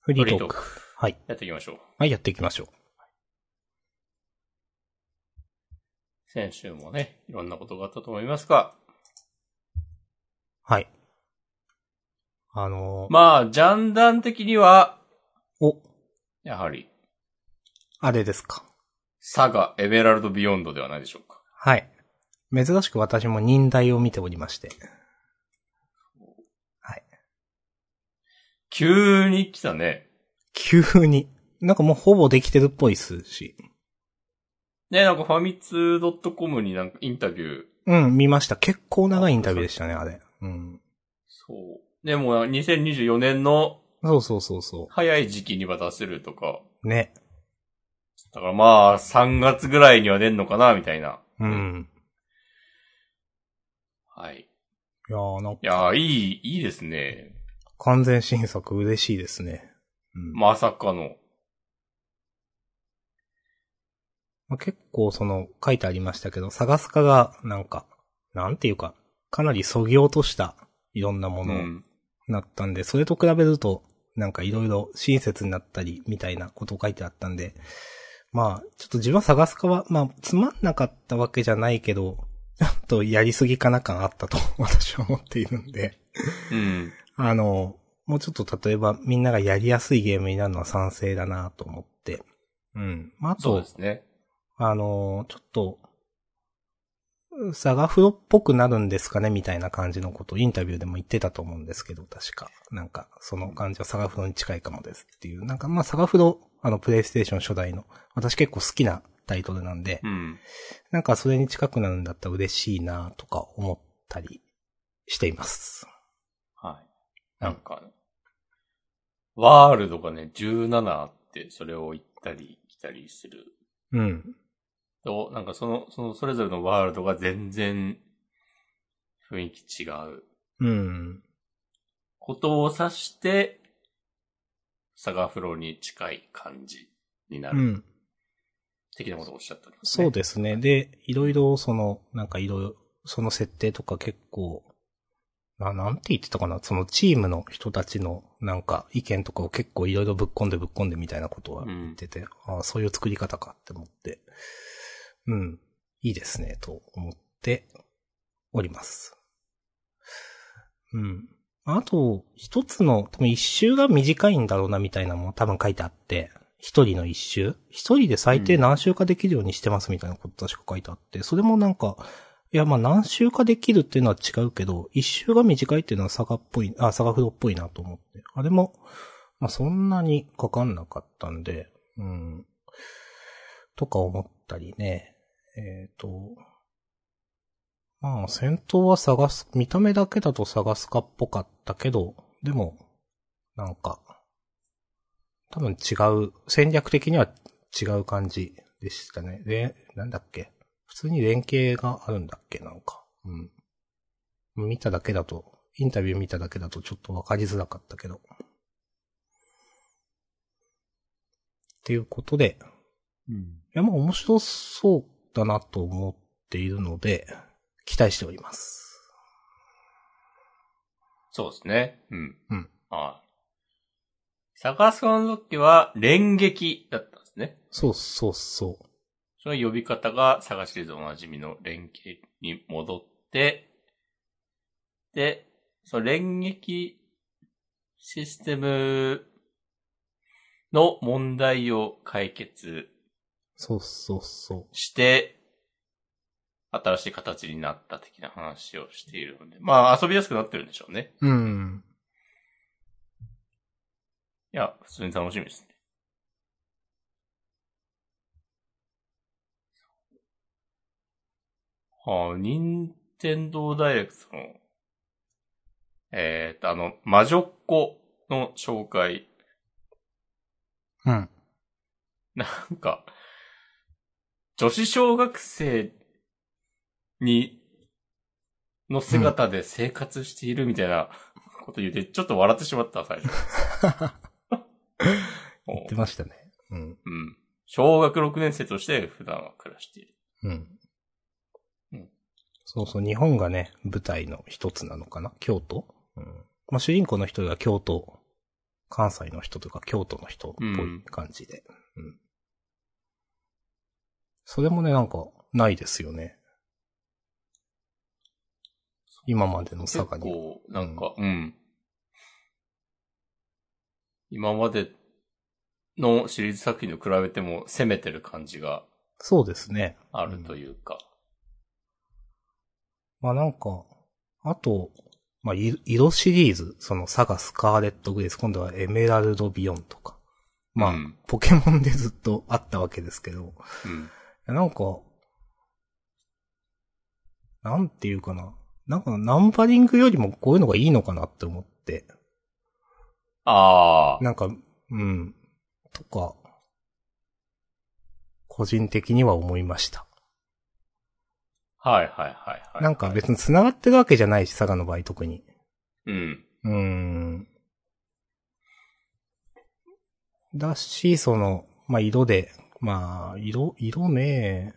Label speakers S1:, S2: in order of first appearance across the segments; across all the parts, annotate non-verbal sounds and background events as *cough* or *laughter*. S1: フリートー
S2: フリート
S1: ク。はい。
S2: やっていきましょう。
S1: はい、やっていきましょう。
S2: 先週もね、いろんなことがあったと思いますが、
S1: はい。あのー
S2: まあ、ジャンダン的には、
S1: お、
S2: やはり、
S1: あれですか。
S2: サガ、エメラルド・ビヨンドではないでしょうか。
S1: はい。珍しく私も忍耐を見ておりまして。
S2: 急に来たね。
S1: 急に。なんかもうほぼできてるっぽいっすし。
S2: ね、なんかファミツー .com になんかインタビュー、
S1: うん、見ました。結構長いインタビューでしたね、あれ。うん。
S2: そう。でも、2024年の
S1: そうそうそうそ
S2: 早い時期には出せるとか、
S1: う。ね。
S2: だからまあ、3月ぐらいには出んのかな、みたいな。
S1: うん。
S2: はい。
S1: いやー、なんか
S2: いやー、いい、いいですね。
S1: 完全新作嬉しいですね。うん。
S2: まさかの。
S1: まあ、結構その書いてありましたけど、探すかがなんか、なんていうか、かなり削ぎ落としたいろんなも
S2: う
S1: のに
S2: ん。
S1: なったんで、それと比べると、なんかいろいろ親切になったりみたいなことを書いてあったんで、まあ、ちょっと自分は探すかは、まあ、つまんなかったわけじゃないけど、ちょっとやりすぎかな感あったと *laughs* 私は思っているんで、
S2: うん。
S1: あの、もうちょっと例えばみんながやりやすいゲームになるのは賛成だなと思って、うん。まあ、あと
S2: そうですね。
S1: あのーちょっと、サガフロっぽくなるんですかねみたいな感じのことをインタビューでも言ってたと思うんですけど、確か。なんか、その感じはサガフロに近いかもですっていう。なんか、まあ、サガフロ、あの、プレイステーション初代の、私結構好きなタイトルなんで、
S2: うん。
S1: なんかそれに近くなるんだったら嬉しいなとか思ったりしています。
S2: はい。なんか、ワールドがね、17あって、それを行ったり来たりする
S1: うん。
S2: と、なんかその、そのそれぞれのワールドが全然雰囲気違う
S1: うん。
S2: ことを指して、サガフローに近い感じにな
S1: う
S2: る。
S1: ん。
S2: 的なことをおっしゃった、ね
S1: そうですね。で、いろいろその、なんかいろいろ、その設定とか結構、な、なんて言ってたかな、そのチームの人たちのなんか意見とかを結構いろいろぶっ込んでぶっ込んでみたいなことは言ってて、ああ、そういう作り方かって思って、うん、いいですね、と思っております。うん。あと、一つの、多分一周が短いんだろうなみたいなのも多分書いてあって、一人の一周一人で最低何周かできるようにしてますみたいなこと確か書いてあって、それもなんか、いやまあ何周かできるっていうのは違うけど、一周が短いっていうのは佐賀っぽい、あ、佐賀風呂っぽいなと思って。あれも、まあそんなにかかんなかったんで、うん。とか思ったりね。えっ、と、まあ、戦闘は探す、見た目だけだと探すかっぽかったけど、でも、なんか、多分違う、戦略的には違う感じでしたね。で、なんだっけ。普通に連携があるんだっけ、なんか。うん。見ただけだと、インタビュー見ただけだとちょっとわかりづらかったけど。っていうことで、いや、まあ面白そうだなと思っているので、期待しております。
S2: そうですね。うん。
S1: うん。
S2: はい。サガスカの時は、連撃だったんですね。
S1: そうそうそ
S2: その呼び方が、サガシリーズおなじみの連携に戻って、で、その連撃システムの問題を解決
S1: う。そうそうそ
S2: して、新しい形になった的な話をしているので、まあ遊びやすくなってるんでしょうね。
S1: う。うん。
S2: いや、普通に楽しみですね。ああ、任天堂ダイレクトの、えーっと、あの、魔女っ子の紹介。
S1: *laughs* うん。
S2: なんか、女子小学生に、の姿で生活しているみたいなこと言って、ちょっと笑ってしまった、最初。
S1: 言ってましたね。うん。
S2: うん。小学6年生として普段は暮らしている。
S1: うん
S2: うん。
S1: そうそう、日本がね、舞台の一つなのかな京都うん。まあ、主人公の一人が京都関西の人とか京都の人っぽ
S2: うん
S1: い感じで。うん。それもね、なんか、ないですよね。今までの
S2: 結
S1: 佐賀に。
S2: 構、なんか、うん。今までのシリーズ作品と比べても攻めてる感じが
S1: そうですね。
S2: あるというか。
S1: まあなんか、あと、まあ、い色シリーズ、その佐賀スカーレットグレース、今度はエメラルドビヨンとか。まあ、
S2: うん
S1: ポケモンでずっとあったわけですけど、
S2: う
S1: い
S2: ん。
S1: やなんか、なんていうかな。なんかナンバリングよりもこういうのがいいのかなって思って。
S2: ああ。
S1: なんか、うん。とか、個人的には思いました。
S2: はいはいはいはい。
S1: なんか別に繋がってるわけじゃないし、佐賀の場合特に。
S2: うん。
S1: うーん。だし、その、まあ、色で、まあ、色、色ね。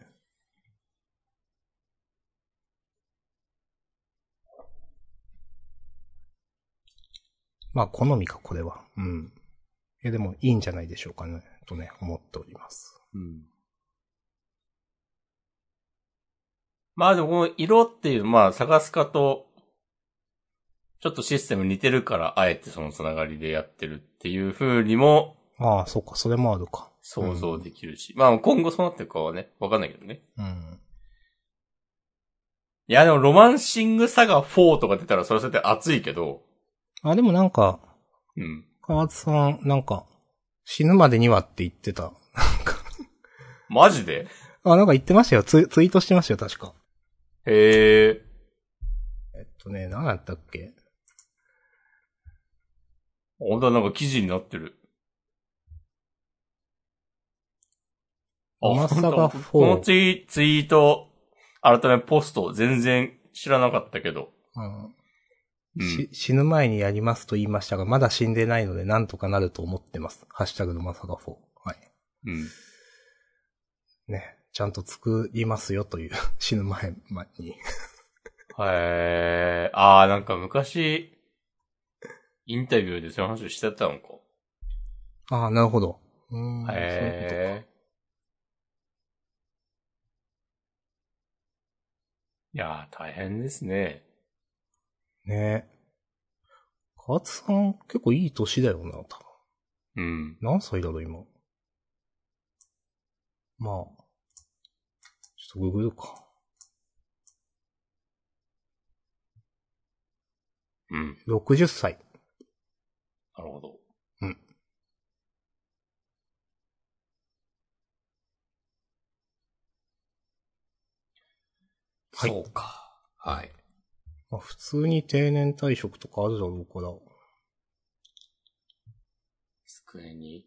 S1: まあ、好みか、これは。うん。いや、でも、いいんじゃないでしょうかね、とね、思っております。
S2: うん。まあでもこの色っていう、まあ探すかと、ちょっとシステム似てるから、あえてそのつながりでやってるっていう風にも
S1: ああ、そうか、それもあるか。
S2: 想像できるし。まあ今後そうなってるかはね、わかんないけどね。
S1: うん。
S2: いやでもロマンシングサガ4とか出たらそれはそれで熱いけど、
S1: あ、でもなんか、
S2: うん。
S1: 河津さん、なんか、死ぬまでにはって言ってた。
S2: マジで
S1: あ、なんか言ってましたよ。ツイツイートしてましたよ、確か。
S2: へえ。
S1: えっとね、何やったっけ
S2: 本当はなんか記事になってる。
S1: まさ
S2: 本当
S1: か
S2: だこの
S1: 4。
S2: ツイツイート、改めポスト、全然知らなかったけど。
S1: うん
S2: うん
S1: し死ぬ前にやりますと言いましたが、まだ死んでないのでなんとかなると思ってます。ハッシュタグのまさか4。はい。
S2: うん。
S1: ね。ちゃんと作りますよという、 *laughs* 死ぬ前までに。
S2: へー。あー、なんか昔、インタビューでそういう話をしてたのか。
S1: ああ、なるほど。うーん。そういうこ
S2: へー。いやー、大変ですね。
S1: とかね。河津さん、結構いい年だよな、多分。
S2: うん。
S1: 何歳だろう、今。まあ。ちょっとググるか。
S2: うん。
S1: 60歳。
S2: なるほど。
S1: うん。はい
S2: そうか。はい。
S1: まあ、普通に定年退職とかあるだろうから。
S2: 机に。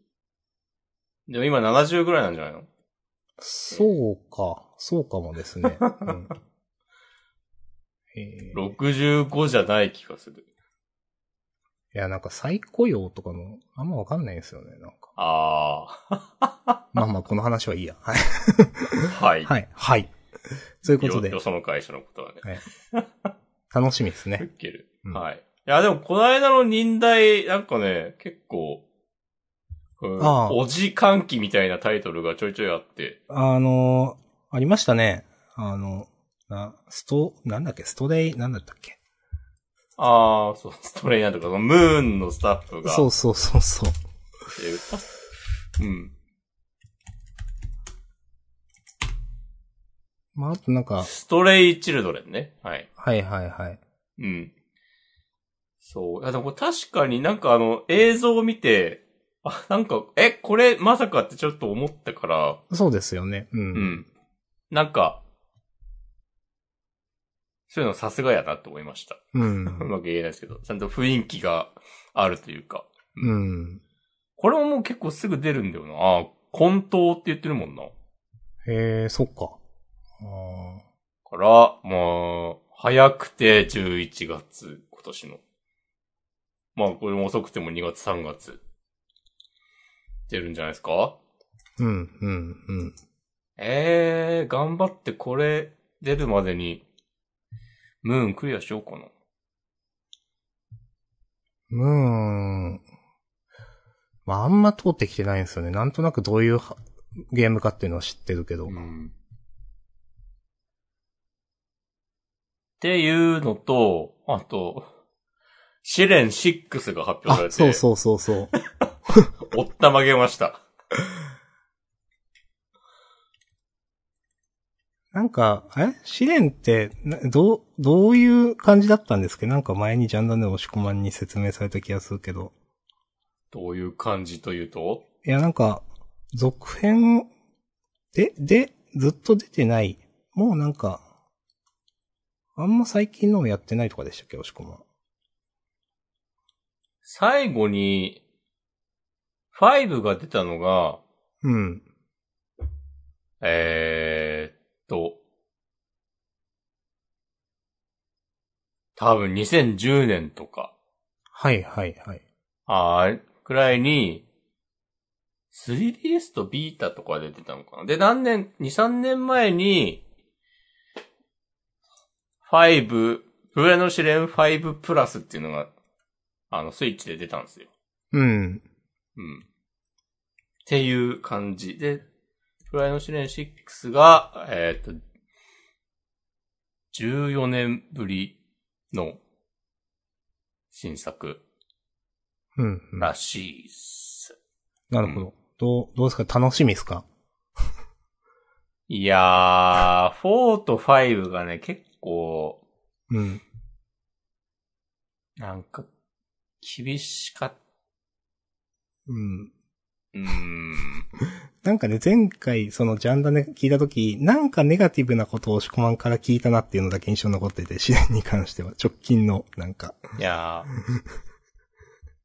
S2: でも今70ぐらいなんじゃないの
S1: そうか、そうかもです
S2: *laughs*
S1: ね。うん、えー
S2: ?65 じゃない気がする。
S1: いや、なんか再雇用とかの、あんまわかんないんですよね、なんか。
S2: あ
S1: まあまあ、この話はいいや。はい。
S2: あ。はい。
S1: はい。はい。ということ
S2: よ
S1: で
S2: よ、その会社のことはね。
S1: 楽しみですね。
S2: 受ける。
S1: うん
S2: はい。いや、でもこの間の忍耐、なんかね、結構、うん
S1: ああ
S2: おじ歓喜みたいなタイトルがちょいちょいあって。
S1: あのーありましたね。あの、な、スト、なんだっけ、ストレイ、なんだったっけ。
S2: ああ、そう、ストレイヤーとか、そのムーンのスタッフが。
S1: そうそうそうそう。
S2: っていうかうん。
S1: まあ、あとなんか、
S2: ストレイチルドレンね。はい。
S1: はいはいはい。
S2: うん。そう。あ、でもこれ確かになんかあの、映像を見て、あ、なんか、え、これまさかってちょっと思ったから、
S1: そうですよね。うん。
S2: うん。なんか、そういうのさすがやなって思いました。
S1: う。
S2: うんまく言えないですけど、ちゃんと雰囲気があるというか。
S1: うん。
S2: これももう結構すぐ出るんだよな。あ混沌って言ってるもんな。
S1: へえ、そっか。ああ。
S2: から、まあ、早くて11月、今年の。まあ、これも遅くても2月、3月。出るんじゃないですか
S1: うん、うん、うん。
S2: ええー、頑張ってこれ出るまでに、ムーンクリアしようかな。
S1: ムーン。まああんま通ってきてないんですよね。なんとなくどういうはゲームかっていうのは知ってるけど。
S2: うん。っていうのと、あと、試練6が発表さ
S1: あ、
S2: れて、
S1: そうそうそうそう。 *laughs*
S2: おったまげました。
S1: なんか、え試練って、などう、どういう感じだったんですけどなんか前にジャンダンで押し込まんに説明された気がするけど。
S2: どういう感じというと、
S1: いや、なんか、続編、で、で、ずっと出てない。もうなんか、あんま最近のもやってないとかでしたっけ、押し込まん。
S2: 最後に、5が出たのが、
S1: うん。
S2: えー、っと、多分2010年とか、
S1: はいはいはい。
S2: あーくらいに、3DS とビータとかで出たのかな。で、何年、2、3年前に、5、ブレの試練5プラスっていうのが、あの、スイッチで出たんですよ。
S1: うん。
S2: うん。っていう感じで、フライの試練6が、えーっ、と、14年ぶりの新作
S1: うん、うん。な
S2: らしいっす。
S1: るほど。どう、どうですか楽しみですか
S2: いやー、4と5がね、結構、
S1: うん。
S2: なんか、厳しかっ
S1: うん。
S2: うーん。
S1: なんかね、前回、そのジャンダネ聞いたとき、なんかネガティブなことを押し込まんから聞いたなっていうのだけ印象に残って *laughs* て、試練に関しては、直近の、なんか。
S2: いやー。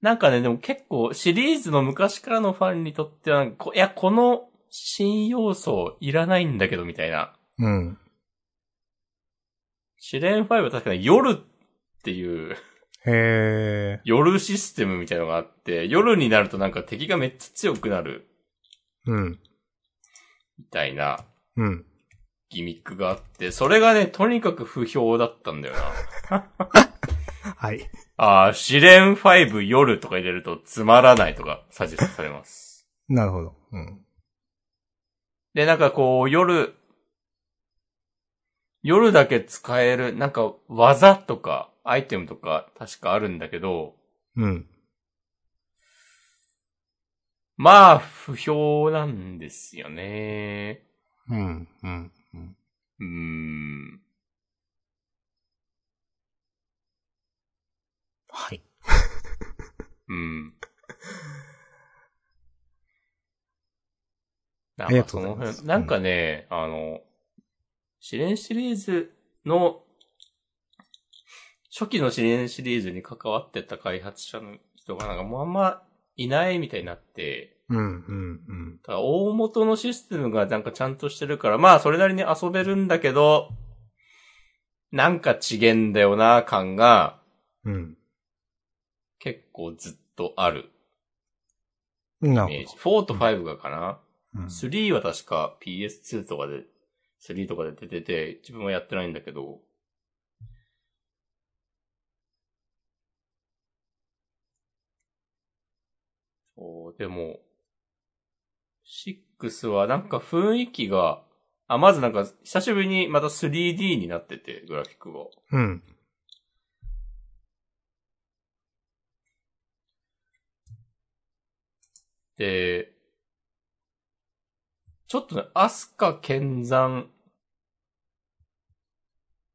S2: なんかね、でも結構シリーズの昔からのファンにとってはなんかこ、いや、この新要素いらないんだけどみたいな。
S1: うん。
S2: 試練5は確かに夜っていう、 *laughs*
S1: へ
S2: 夜システムみたいなのがあって、夜になるとなんか敵がめっちゃ強くなる
S1: ー。うん。
S2: みたいな
S1: うん。
S2: ギミックがあって、それがね、とにかく不評だったんだよな。
S1: はい。
S2: あー試練5夜とか入れるとつまらないとかサジェストされます。
S1: なるほど。うん。
S2: で、なんかこう、夜、夜だけ使える、なんか技とか、アイテムとか、確かあるんだけど、
S1: うん。
S2: まあ、不評なんですよね。
S1: うん。うん。うん
S2: うーん。
S1: はい。 *laughs*
S2: うん。な
S1: あり
S2: ん
S1: が
S2: か
S1: と
S2: そう
S1: ござ
S2: の
S1: います
S2: 辺、なんかね、あの、試練シリーズの、初期の試練シリーズに関わってた開発者の人がなんかもうあんまいないみたいになって、
S1: うん。うん。うん。
S2: だから大元のシステムがなんかちゃんとしてるから、まあそれなりに遊べるんだけど、なんか違えんだよな感が
S1: うん。
S2: 結構ずっとある
S1: なる
S2: イメージ。4と5がかな、
S1: ほど。うん
S2: 3は確か PS2 とかで、3とかで出てて、自分はやってないんだけど。そう、でも、6はなんか雰囲気が、あ、まずなんか久しぶりにまた 3D になってて、グラフィックが。
S1: うん。
S2: で、ちょっとね、アスカ剣山、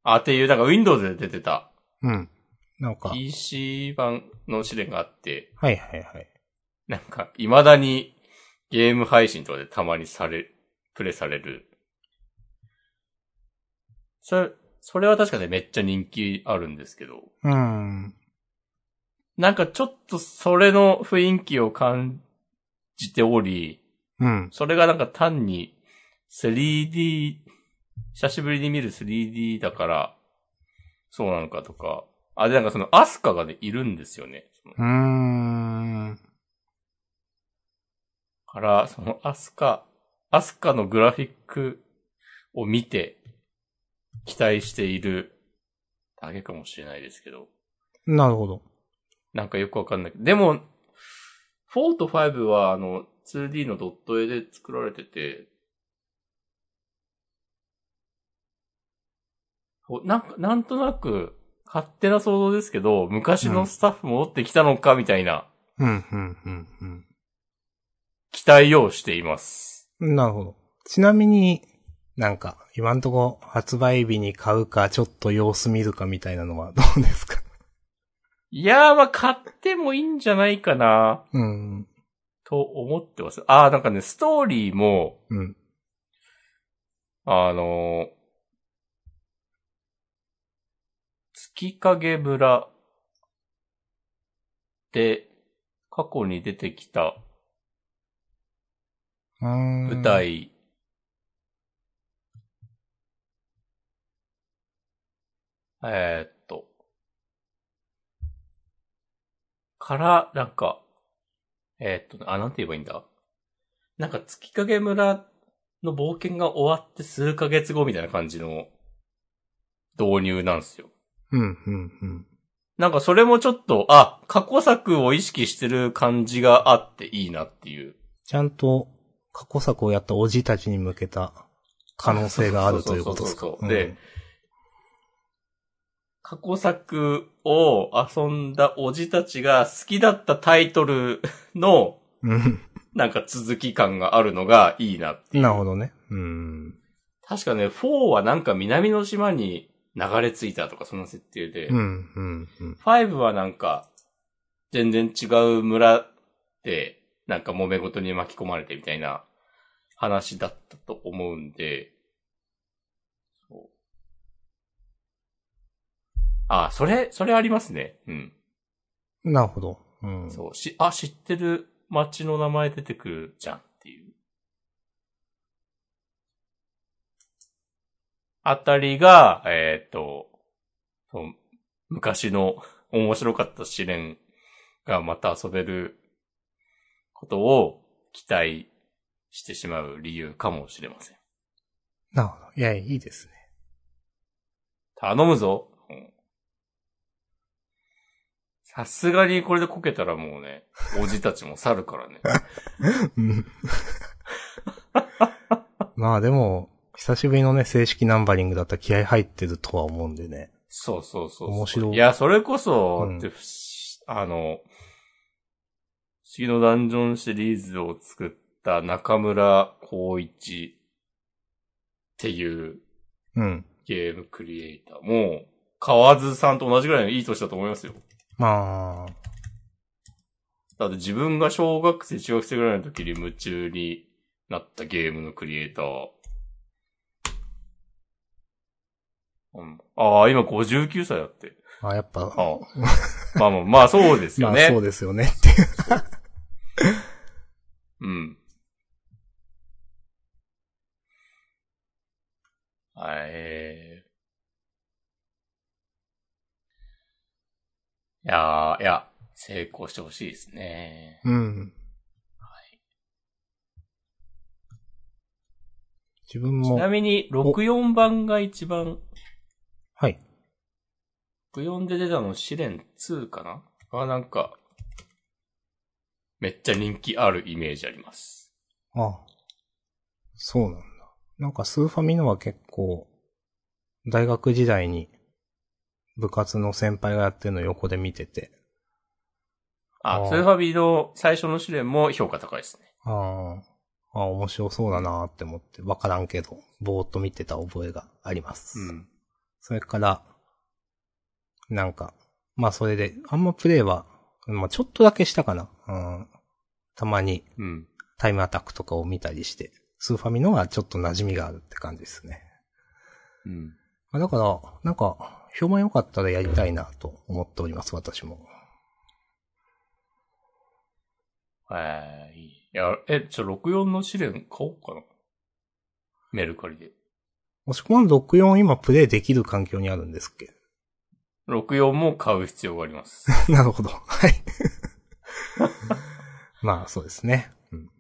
S2: あ、っていう、なんか Windows で出てた
S1: うん。なんか、はい
S2: PC 版の試練があって、
S1: はいはい。
S2: なんか、未だにゲーム配信とかでたまにされ、プレイされる。それ、それは確かね、めっちゃ人気あるんですけど、
S1: うん。
S2: なんかちょっとそれの雰囲気を感じており、
S1: うん。
S2: それがなんか単に 3D、久しぶりに見る 3D だから、そうなのかとか。あ、で、なんかそのアスカがね、いるんですよね。その
S1: うーん。
S2: から、そのアスカ、アスカのグラフィックを見て、期待しているだけかもしれないですけど。
S1: なるほど。
S2: なんかよくわかんない。でも、 4と5は、あの、2D のドット絵で作られてて、こうなんか、なんとなく、勝手な想像ですけど、昔のスタッフ戻ってきたのか、みたいな
S1: うん、うん、うん、
S2: 期待をしています。
S1: うん。なるほど。ちなみに、なんか、今んとこ発売日に買うか、ちょっと様子見るかみたいなのはどうですか
S2: いやー、まあ、買ってもいいんじゃないかな、
S1: うん、
S2: と思ってます。あー、なんかね、ストーリーも、
S1: うん、
S2: あのー月影村で過去に出てきた
S1: うん。
S2: 舞。台えーっと、から、なんか、えーっと、あ、なんて言えばいいんだなんか月影村の冒険が終わって数ヶ月後みたいな感じの導入なんですよ。
S1: うん、うん、うん。
S2: なんかそれもちょっと、あ、過去作を意識してる感じがあっていいなっていう。
S1: ちゃんと過去作をやったおじたちに向けた可能性があるということですか
S2: そうそうそうそうで、過去作を遊んだおじたちが好きだったタイトルの、 *laughs*
S1: うん。
S2: なんか続き感があるのがいいなっていう。
S1: なるほどね。うん。
S2: 確かね、4はなんか南の島に流れ着いたとか、その設定で。
S1: うん、うん、うん。
S2: 5はなんか、全然違う村で、なんか揉め事に巻き込まれてみたいな話だったと思うんで、そう。あ、それ、それありますね。うん。
S1: なるほど。うん。
S2: そう。し、あ、知ってる町の名前出てくるじゃんっていう。あたりが、えっ、と、そう昔の面白かった試練がまた遊べることを期待してしまう理由かもしれません。
S1: なるほど。いや、いいですね。
S2: 頼むぞ。うんさすがにこれでこけたらもうね、おじたちも去るからね。
S1: うん。まあでも、久しぶりのね、正式ナンバリングだったら気合入ってるとは思うんでね。
S2: そうそうそうそう。
S1: 面白い
S2: いや、それこそ、
S1: うん
S2: ってふしあの、不思議のダンジョンシリーズを作った中村光一っていう
S1: うん。
S2: ゲームクリエイターも、河津さんと同じぐらいのいい年だと思いますよ。
S1: まあ、
S2: だって自分が小学生、中学生ぐらいの時に夢中になったゲームのクリエイター。うん、ああ、今59歳だって。
S1: あやっぱ、
S2: ああまあまあ、まあそうですよ
S1: まあ
S2: ね。
S1: そうですよねっていう。
S2: うん。はい、えーいやー、いや、成功してほしいですね。
S1: うん。自分
S2: ちな
S1: も、
S2: みに、64番が一番、
S1: はい。
S2: 64で出たの試練2かながなんか、めっちゃ人気あるイメージあります。
S1: ああそうなんだ。なんかスーファミのは結構、大学時代に部活の先輩がやってるの横で見てて。あ
S2: あ、
S1: ー
S2: ツーファビーの最初の試練も評価高いですね。
S1: ああ、ああ面白そうだなーって思って、わからんけど、ぼーっと見てた覚えがあります。
S2: うん。
S1: それから、なんか、まあそれで、あんまプレイは、まあちょっとだけしたかな。うん、たまに
S2: うん。
S1: タイムアタックとかを見たりして、スーファミのはちょっと馴染みがあるって感じですね。
S2: うん。
S1: まあだから、なんか、評判良かったらやりたいなと思っております、私も。
S2: はい。いや、え、ちょ、64の試練買おうかな。メルカリで。
S1: もしくは64今プレイできる環境にあるんですっけ *laughs*
S2: 64も買う必要があります。
S1: なるほど。はい。 *laughs* まあ、そうですね。うん。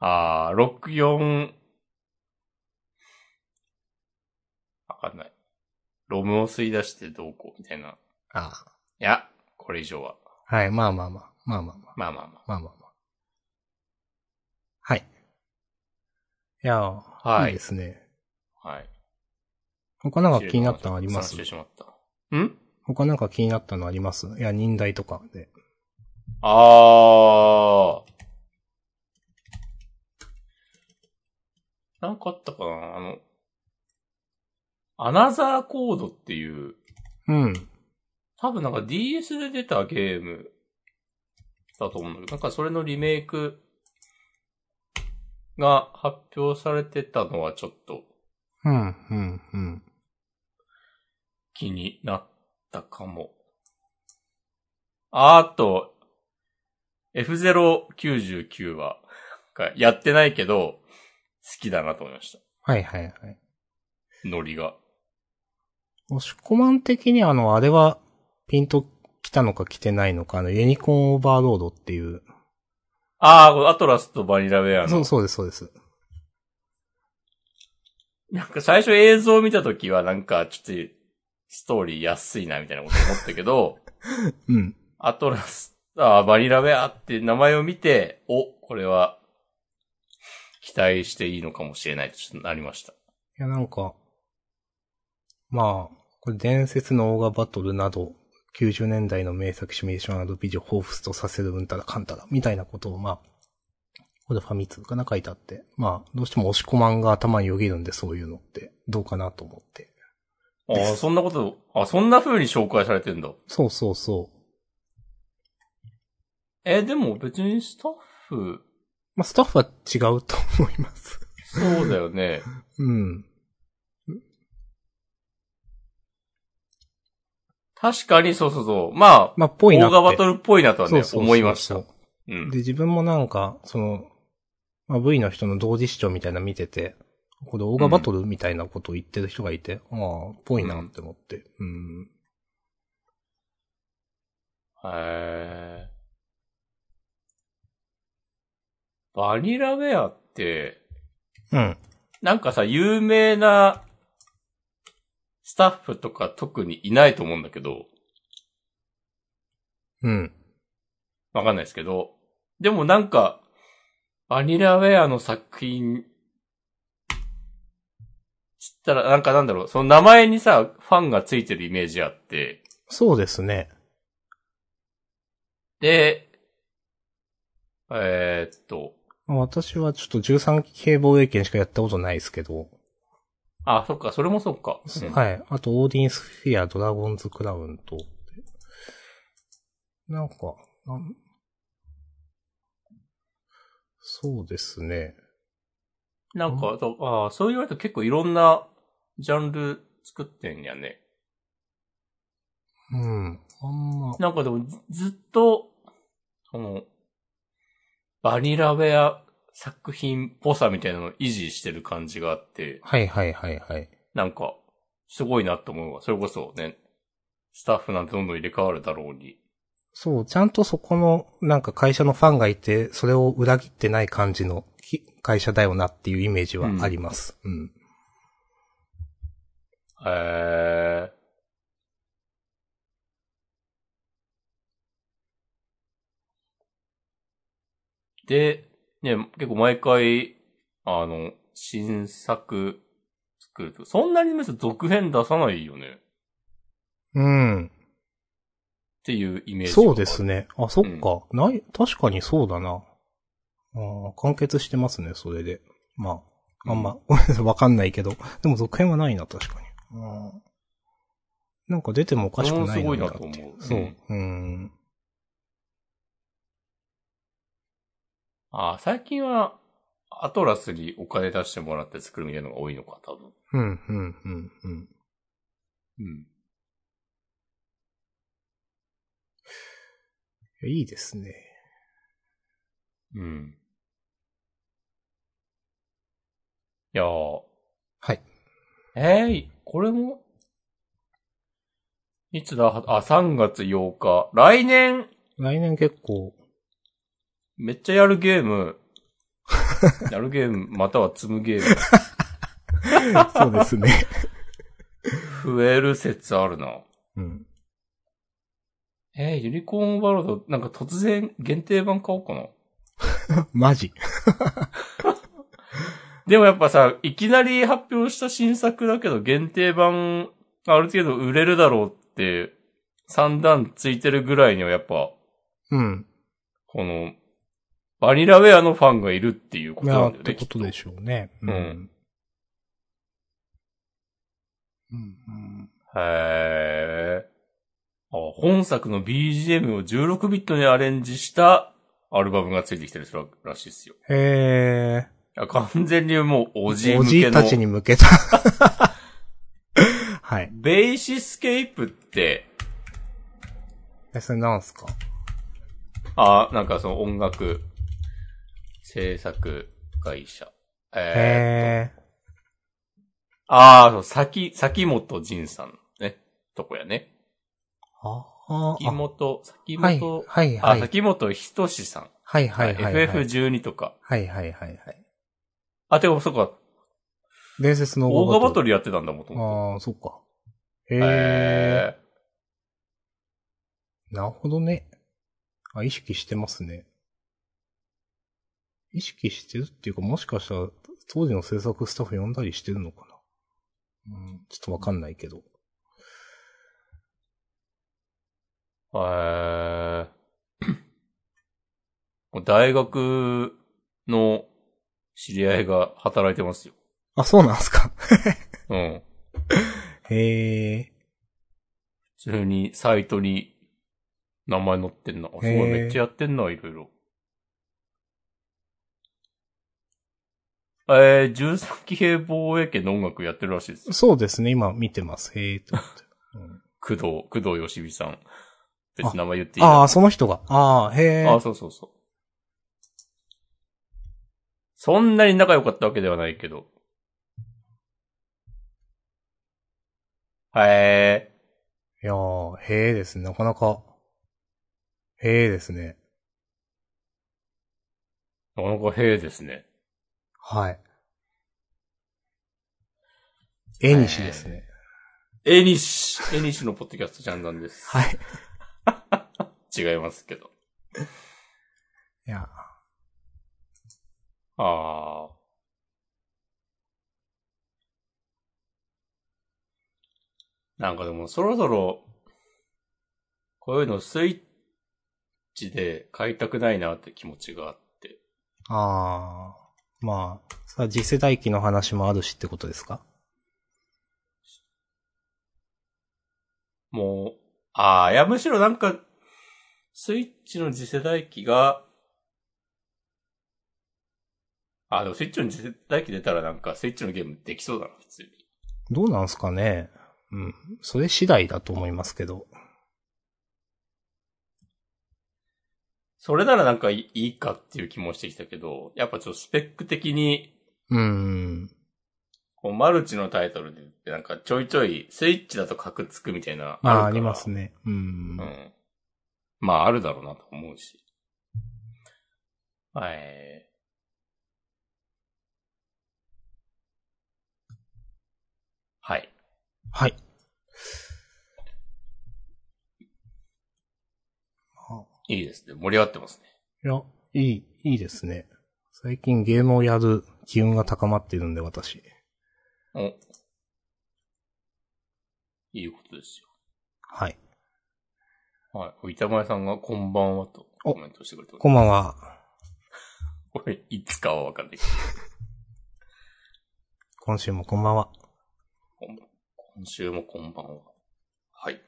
S2: あー、64、わかんない。ロムを吸い出してどうこうみたいな。い
S1: あ
S2: や、これ以上は。
S1: あ。はい、まあまあまあ。まあまあまあ。
S2: まあまあま
S1: まあまあまあ。はい。いやー、、
S2: あ。はい
S1: い
S2: い
S1: で。すね。
S2: はい。
S1: 他なんか気になったのあります
S2: 散らしてしまった。ん
S1: 他なんか気になったのありますいや、忍耐とかで。
S2: あー。なんかあったかなあの、アナザーコードっていう、
S1: うん。
S2: 多分なんか DS で出たゲームだと思うんだけど、なんかそれのリメイクが発表されてたのはちょっと
S1: うん、うん、うん。
S2: 気になったかも。あ、あと、F099 は、なんかやってないけど、好きだなと思いました。
S1: はいはいはい。
S2: ノリが。
S1: 押し込まん的にあの、あれは、ピンと来たのか来てないのか、あの、ユニコーンオーバーロードっていう。
S2: ああ、アトラスとバニラウェア
S1: そ
S2: の
S1: う、。そうです、そうです。
S2: なんか最初映像を見たときはなんかちょっとストーリー安いなみたいなこと思ったけど、 *laughs*
S1: うん。
S2: アトラス、あーバニラウェアって名前を見て、お、これは期待していいのかもしれないとちょっとなりました。
S1: いや、なんか、まあ、これ伝説のオーガバトルなど、90年代の名作シミュレーション RPG を彷彿とさせるうんたらかんたら、みたいなことを、まあ、これファミ通かな書いてあって、まあ、どうしても押し込まんが頭によぎるんで、そういうのって、どうかなと思って。
S2: ああ、そんなこと、あ、そんな風に紹介されてんだ。
S1: そうそうそう。
S2: え、でも別にスタッフ、
S1: まあ、スタッフは違うと思います。
S2: そうだ
S1: *laughs*
S2: よね。
S1: うん。
S2: 確かにそうそうそう。まあ、
S1: まあ、ぽいな
S2: オ
S1: っ
S2: ー
S1: て。
S2: ガバトルっぽいなとは
S1: そう
S2: ね、
S1: そうそうそう
S2: 思いました。う
S1: で、
S2: ん。
S1: 自分もなんか、その、まあ、V の人の同時視聴みたいなの見てて、これ、オーガバトルみたいなことを言ってる人がいて、ああ、ぽいなって思って。うん。
S2: へーバニラウェアって、
S1: うん。
S2: なんかさ、有名なスタッフとか特にいないと思うんだけど、
S1: うん。
S2: わかんないですけど、でもなんか、バニラウェアの作品、つったら、なんかなんだろう、その名前にさ、ファンがついてるイメージあって、
S1: そうですね。
S2: で、えーっと、
S1: まあ私はちょっと13系防衛権しかやったことないですけど、
S2: あ、そっか、それもそっか。うん
S1: はい。あと、オーディンスフィア、ドラゴンズクラウンと、なんか、なんそうですね。
S2: なんか、そうあーそう言われると結構いろんなジャンル作ってんやね。
S1: うん。あんま、
S2: なんかでもずずっと、その、バニラウェア作品っぽさみたいなのを維持してる感じがあって、
S1: はいはいはいはい。
S2: なんか、すごいなと思うわ。それこそね、スタッフなんてどんどん入れ替わるだろうに。
S1: そう、ちゃんとそこの、なんか会社のファンがいて、それを裏切ってない感じのき会社だよなっていうイメージはあります。うん。
S2: へえ。で、ね、結構毎回、あの、新作作ると。そんなに別に続編出さないよね。っ
S1: うん。
S2: ていうイメージ。
S1: そうです。ね。あ、そっか。ない、確かにそうだな。あー完結してますね、それで。まあ、あんま、 *laughs* ごめんなさいわかんないけど。でも続編はないな、確かに。あーなんか出てもおかしくない
S2: それもす
S1: って
S2: ごいなと思う
S1: そう。うん。
S2: あ最近は、アトラスにお金出してもらって作るみたいなのが多いのか、多分。
S1: うん、うん、うん、うん。
S2: うん。
S1: いいですね。
S2: うん。いやー。
S1: はい。
S2: えー、これも、いつだあ、3月8日。来年、
S1: 来年結構、
S2: めっちゃやるゲ
S1: *laughs*
S2: ーム。やるゲーム、または積むゲーム。
S1: そうですね。
S2: 増える説あるな。
S1: うん。
S2: えー、ユニコーンワールド、なんか突然限定版買おうかな。
S1: マジ。
S2: でもやっぱさ、いきなり発表した新作だけど限定版ある程度売れるだろうって、三段ついてるぐらいにはやっぱ、
S1: うん。
S2: この、バニラウェアのファンがいるっていうこと
S1: いや、
S2: なん
S1: っ
S2: だよ
S1: て
S2: ね。
S1: こ
S2: きっ
S1: とでしょうね。う
S2: うん。
S1: うん。うん。
S2: へーあ本作の BGM を16ビットにアレンジしたアルバムがついてきてるらしいですよ。
S1: へえ。
S2: いや完全にもうおじい
S1: お
S2: 向
S1: じ
S2: け
S1: いた。
S2: の
S1: ちに向けた。 *laughs* はい。
S2: ベーシスケープって、
S1: え、それなんすか
S2: あなんかその音楽制作会社。えー、
S1: へえ。
S2: ああ、そう、先、先本仁さんね。とこやね。
S1: ああ。
S2: 先本、先
S1: はい
S2: 本、。
S1: はい。
S2: あ、
S1: はい。
S2: 先本仁志さん。
S1: はい。はい。はい。はい。
S2: FF12 とか。
S1: はい。はい。はい。はい。
S2: あ、てか、そうか、
S1: 伝説の
S2: オーガバト
S1: ル。
S2: ルやってたんだ、もとも
S1: ああ、そっか。へ
S2: と。
S1: え。
S2: え
S1: なるほどね。あ、意識してますね。意識してるっていうか、もしかしたら、当時の制作スタッフ呼んだりしてるのかな。うん、ちょっとわかんないけど。
S2: ー。えー。もう大学の知り合いが働いてますよ。
S1: あ、そうなんすか。
S2: うん。
S1: へえ。
S2: 普通にサイトに名前載ってんな。あ、すごい、
S1: へー
S2: めっちゃやってんな、いろいろ。えー、13騎兵防衛圏の音楽やってるらしいです。
S1: そうですね、今見てます。へえ、と思って。うん
S2: 工藤、工藤義美さん。別に名前言っていい
S1: あ
S2: な
S1: あ、その人が。ああ、へえ。
S2: あ、そうそうそう。そんなに仲良かったわけではないけど。へ
S1: いやー、へえですね、なかなか。へえですね。
S2: え、なかなかへえですね。
S1: はい。絵にしですね。
S2: えにし、えにしのポッドキャストジャンダンです。
S1: はい。
S2: 違いますけど。
S1: いや、
S2: ああ。なんかでもそろそろ、こういうのスイッチで買いたくないなって気持ちがあって。
S1: ああ、まあ、さあ、次世代機の話もあるしってことですか
S2: もう、ああ、いやむしろなんか、スイッチの次世代機が、あーでもスイッチの次世代機出たらなんかスイッチのゲームできそうだな、普通に。
S1: どうなんすかねうん。それ次第だと思いますけど。
S2: それならなんかいいいかっていう気もしてきたけど、やっぱちょっとスペック的に、
S1: うーん。
S2: こうマルチのタイトルで、なんかちょいちょい、スイッチだと格つくみたいな。
S1: まあ、
S2: るから
S1: あります。ね。うーん
S2: う。ん。まあ、あるだろうなと思うし。はい。はい。
S1: はい。
S2: いいですね。盛り上がってますね。
S1: いや、いい、いいですね。最近ゲームをやる機運が高まってるんで、私。
S2: お。いいことです
S1: はい。
S2: よ。はい。板前さんがこんばんはとコメントしてくれております
S1: こんばんは。
S2: これ、いつかはわかんない。
S1: 今週もこんばんは。
S2: 今週もこんばんは。はい。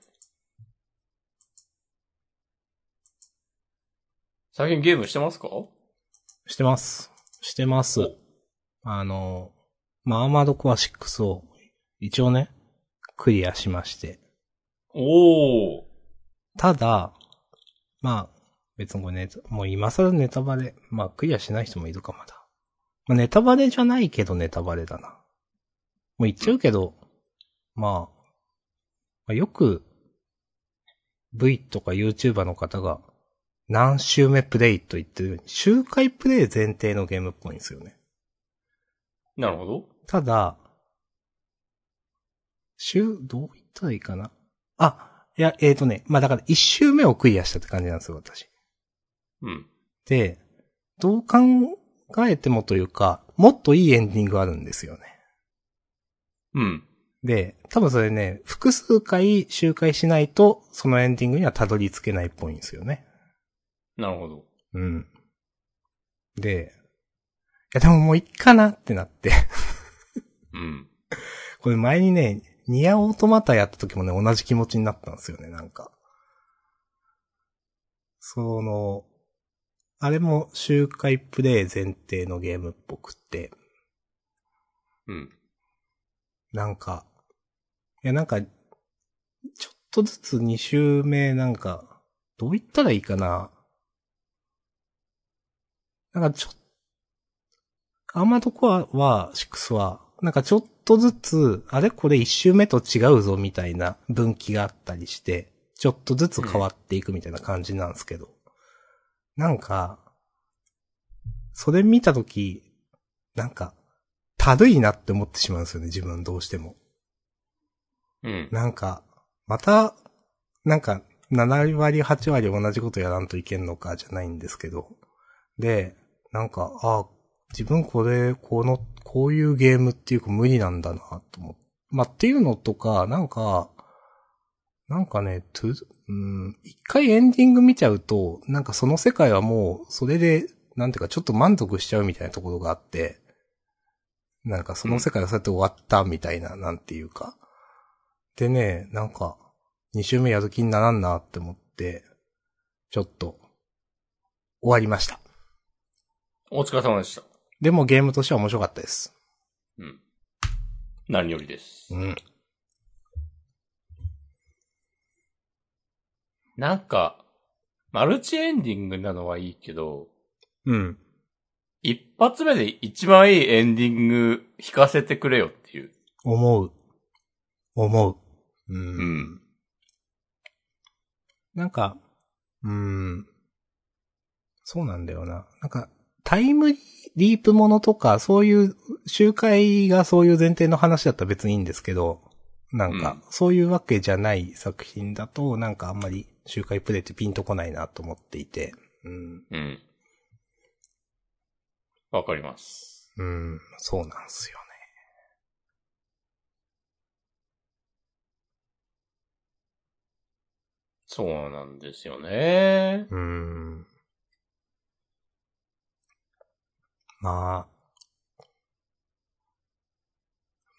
S2: 最近ゲームしてますか
S1: してます。してます
S2: お。
S1: あの、まあ、アーマードコア6を、一応ね、クリアしまして。
S2: おー。
S1: ただ、まあ、別にこれネタ、もう今更ネタバレ、まあクリアしない人もいるかまだ。まあネタバレじゃないけどネタバレだな。もう言っちゃうけど、まあ、まあ、よく、V とか YouTuber の方が、何周目プレイと言ってるように、周回プレイ前提のゲームっぽいんですよね。
S2: なるほど。
S1: ただ、週、どう言ったらいいかな。あ、いや、えー、とね、まあだから一周目をクリアしたって感じなんですよ、私。
S2: うん。
S1: で、どう考えてもというか、もっといいエンディングあるんですよね。
S2: うん。
S1: で、多分それね、複数回周回しないと、そのエンディングにはたどり着けないっぽいんですよね。
S2: なるほど。
S1: うん。で、いやでももういっかなってなって。
S2: うん。
S1: これ前にね、ニアオートマタやった時もね、同じ気持ちになったんですよね、なんか。その、あれも周回プレイ前提のゲームっぽくって、
S2: うん。
S1: なんか、いやなんか、ちょっとずつ2周目なんか、どう言ったらいいかな。なんかちょっ、あんまどこは、は、シックスは、なんかちょっとずつ、あれこれ1周目と違うぞみたいな分岐があったりして、ちょっとずつ変わっていくみたいな感じなんですけど。なんか、それ見たとき、なんか、たるいなって思ってしまうんですよね、自分どうしても。
S2: うん。
S1: なんか、また、なんか、7割、8割同じことやらんといけんのか、じゃないんですけど。で、なんか、あ自分これ、この、こういうゲームっていうか無理なんだな、と思って。まあ、っていうのとか、なんか、なんかね、トゥうん、一回エンディング見ちゃうと、なんかその世界はもう、それで、なんていうか、ちょっと満足しちゃうみたいなところがあって、なんかその世界はそうやって終わった、みたいな、なんていうか。でね、なんか、二周目やる気にならんなって思って、ちょっと、終わりました。
S2: お疲れ様でした。
S1: でもゲームとしては面白かったです。
S2: うん。何よりです。
S1: うん。
S2: なんか、マルチエンディングなのはいいけど、
S1: うん。
S2: 一発目で一番いいエンディング弾かせてくれよっていう。
S1: 思う。思う。う。
S2: うんん。
S1: なんか、うーん。そうなんだよな。なんか、タイムリープものとか、そういう、集会がそういう前提の話だったら別にいいんですけど、なんか、そういうわけじゃない作品だと、なんかあんまり集会プレイってピンとこないなと思っていて、うん。
S2: うん。わかります。
S1: うん、そうなんすよね。
S2: そうなんですよね。
S1: うん。まあ。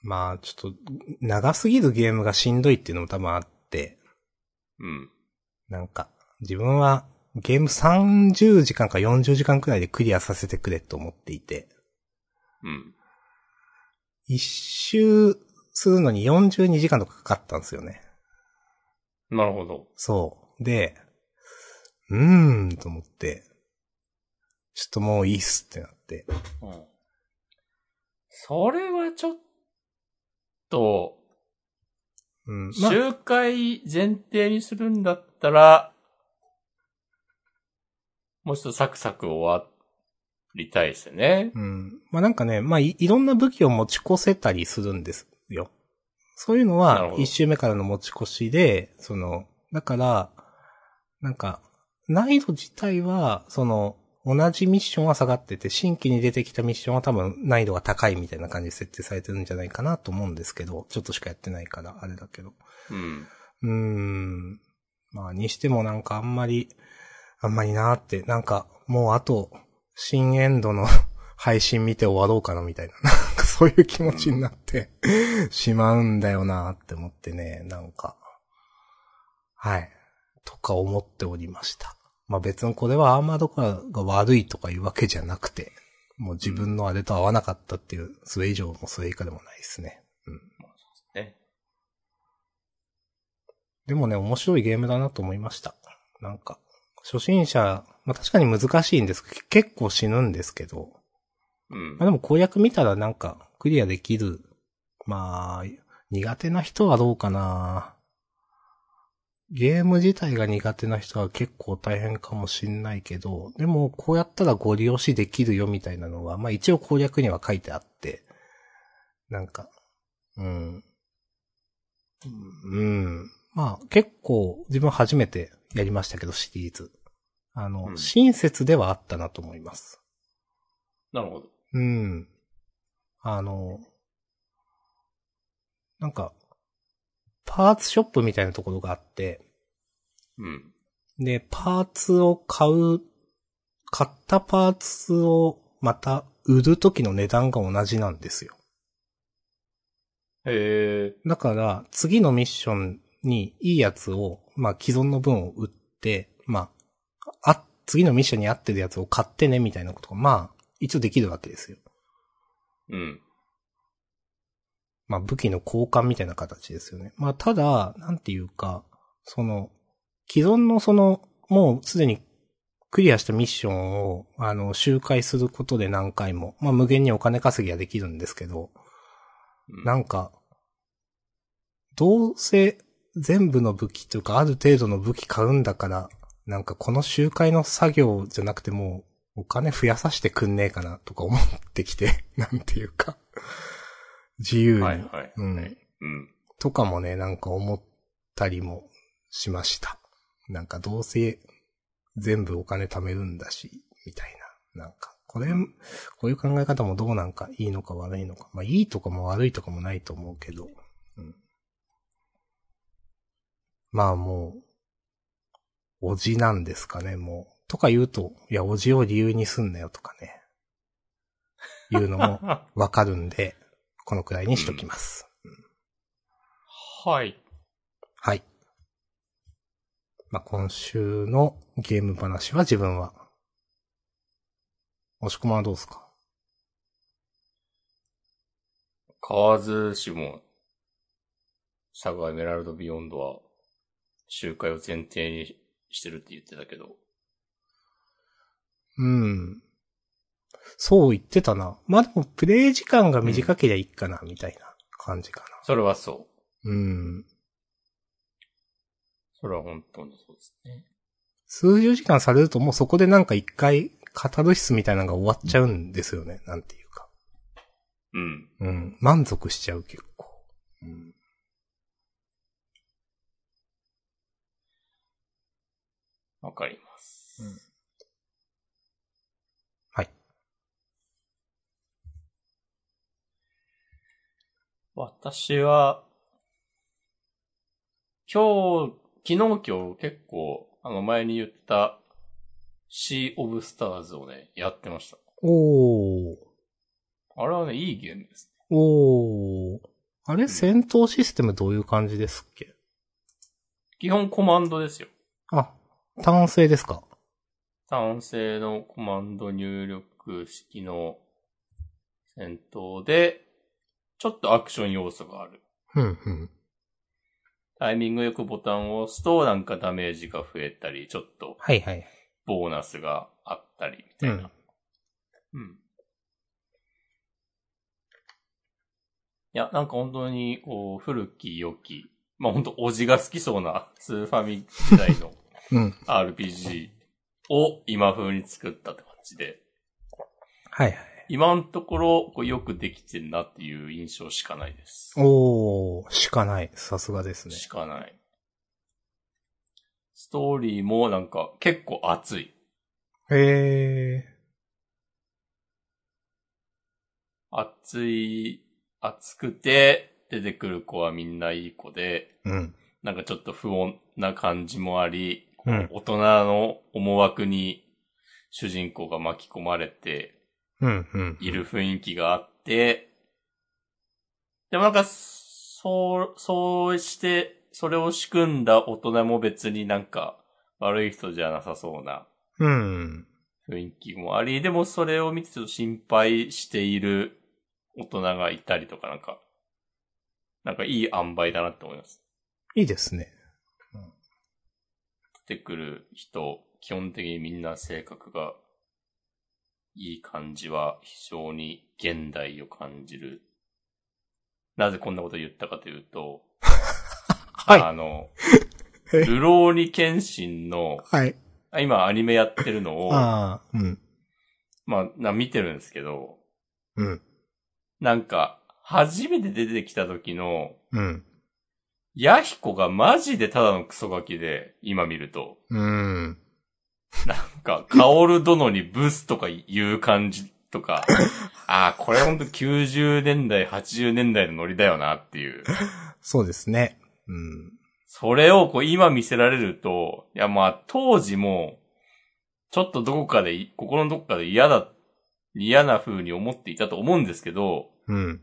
S1: まあ、ちょっと、長すぎるゲームがしんどいっていうのも多分あって、
S2: うん。
S1: なんか、自分はゲーム30時間か40時間くらいでクリアさせてくれと思っていて、
S2: うん。
S1: 一周するのに42時間とかかかったんですよね。
S2: なるほど。
S1: そう。で、うーん、と思って、ちょっともういいっすってなって。
S2: うん。それはちょっと、
S1: うん。まあ
S2: 周回前提にするんだったら、もうちょっとサクサク終わりたいですよね。
S1: うん。まあなんかね、まあいいろんな武器を持ち越せたりするんですよ。そういうの
S2: なる
S1: は
S2: ほ、ど
S1: 一周目からの持ち越しで、その、だから、なんか、難易度自体は、その、同じミッションは下がってて、新規に出てきたミッションは多分難易度が高いみたいな感じで設定されてるんじゃないかなと思うんですけど、ちょっとしかやってないから、あれだけど。
S2: うん。
S1: うーん。まあ、にしてもなんかあんまり、あんまりなーって、なんかもうあと、新エンドの *laughs* 配信見て終わろうかなみたいな、 *laughs* なんかそういう気持ちになって、 *laughs* しまうんだよなーって思ってね、なんか、はい、とか思っておりました。まあ別にこれはアーマードコアが悪いとかいうわけじゃなくて、もう自分のあれと合わなかったっていう、それ以上もそれ以下でもないですね。
S2: ね。
S1: でもね、面白いゲームだなと思いました。なんか、初心者、まあ確かに難しいんですけど、結構死ぬんですけど、
S2: うん
S1: まあ。でも攻略見たらなんかクリアできる。まあ、苦手な人はどうかな。ゲーム自体が苦手な人は結構大変かもしんないけど、でもこうやったらご利用しできるよみたいなのは、まあ一応攻略には書いてあって、なんか、うん。うん。まあ結構自分初めてやりましたけどシリーズ。あの、
S2: うん
S1: 親切ではあったなと思います。
S2: なるほど。
S1: うん。あの、なんか、パーツショップみたいなところがあって、
S2: うん。
S1: で、パーツを買う、買ったパーツをまた売る時の値段が同じなんですよ。
S2: へえ。
S1: だから、次のミッションにいいやつを、まあ既存の分を売って、まあ、あ、次のミッションに合ってるやつを買ってね、みたいなことが、まあ、一応できるわけですよ。
S2: うん。
S1: まあ武器の交換みたいな形ですよね。まあただ、なんていうか、その、既存のその、もうすでにクリアしたミッションを、あの、周回することで何回も、まあ無限にお金稼ぎはできるんですけど、
S2: うん
S1: なんか、どうせ全部の武器というかある程度の武器買うんだから、なんかこの周回の作業じゃなくてもうお金増やさせてくんねえかなとか思ってきて、 *laughs* なんていうか、自由に、
S2: はいはい。
S1: うん
S2: はいうん。
S1: とかもね、なんか思ったりもしました。なんかどうせ全部お金貯めるんだし、みたいな。なんか、これ、こういう考え方もどうなんかいいのか悪いのか。まあいいとかも悪いとかもないと思うけど。うん、まあもう、おじなんですかね、もう。とか言うと、いや、おじを理由にすんなよとかね。言うのも
S2: は
S1: わかるんで、このくらいにしときます。
S2: *laughs* はい。
S1: はい。まあ、今週のゲーム話は自分は。押し込まはどうですか
S2: 買わずしも、サガエメラルドビヨンドは、周回を前提にしてるって言ってたけど。
S1: うん。そう言ってたな。まあ、でもプレイ時間が短ければいいかな、みたいな感じか
S2: それはそう。
S1: な。うん。
S2: それは本当にそうですね。
S1: 数十時間されるともうそこでなんか一回カタルシスみたいなのが終わっちゃうんですよね、なんていうか。
S2: うん。
S1: うん。満足しちゃう結構。うん。
S2: わかります。
S1: うんはい。
S2: 私は、今日、昨日今日結構、あの前に言った、シー・オブ・スターズをね、やってました。
S1: おー。
S2: あれはね、いいゲームですね。
S1: おー。あれ、戦闘システムどういう感じですっけ
S2: 基本コマンドですよ。
S1: あ、単性ですか
S2: 単性のコマンド入力式の戦闘で、ちょっとアクション要素がある。
S1: うん、うん。
S2: タイミングよくボタンを押すとなんかダメージが増えたり、ちょっと
S1: はいはい。
S2: ボーナスがあったりみたいな。うん。いや、なんか本当にこう古き良き、まあ本当おじが好きそうなスーファミ時代の
S1: *laughs* うん。
S2: RPG を今風に作ったって感じで、
S1: はいはい。
S2: 今のところこうよくできてるなっていう印象しかないです。
S1: おー、しかない。さすがですね。
S2: しかない。ストーリーもなんか結構熱い。
S1: へ
S2: 熱い、熱くて出てくる子はみんないい子で、
S1: ー。うん。
S2: なんかちょっと不穏な感じもあり、
S1: うん
S2: 大人の思惑に主人公が巻き込まれて
S1: うん、うん。
S2: いる雰囲気があって、でもなんか、そう、そうして、それを仕組んだ大人も別になんか悪い人じゃなさそうな
S1: うん。
S2: 雰囲気もあり、でもそれを見てちょっと心配している大人がいたりとかなんか、なんかいい塩梅だなって思います。
S1: いいですね。
S2: 出てくる人、基本的にみんな性格がいい感じは非常に現代を感じる。なぜこんなこと言ったかというと、
S1: は、
S2: あの流浪に剣心の
S1: い。、はい。
S2: あ今アニメやってるのを、
S1: あー、うん。
S2: まあな見てるんですけど、
S1: うん。
S2: なんか、初めて出てきた時の
S1: うん。
S2: ヤヒコがマジでただのクソガキで、今見ると。
S1: うん。
S2: なんか、カオル殿にブスとか言う感じとか、ああ、これほんと90年代、80年代のノリだよなっていう。
S1: そうですね。うん。
S2: それをこう今見せられると、いやまあ当時も、ちょっとどこかで、心のどこかで嫌だ、嫌な風に思っていたと思うんですけど、
S1: うん。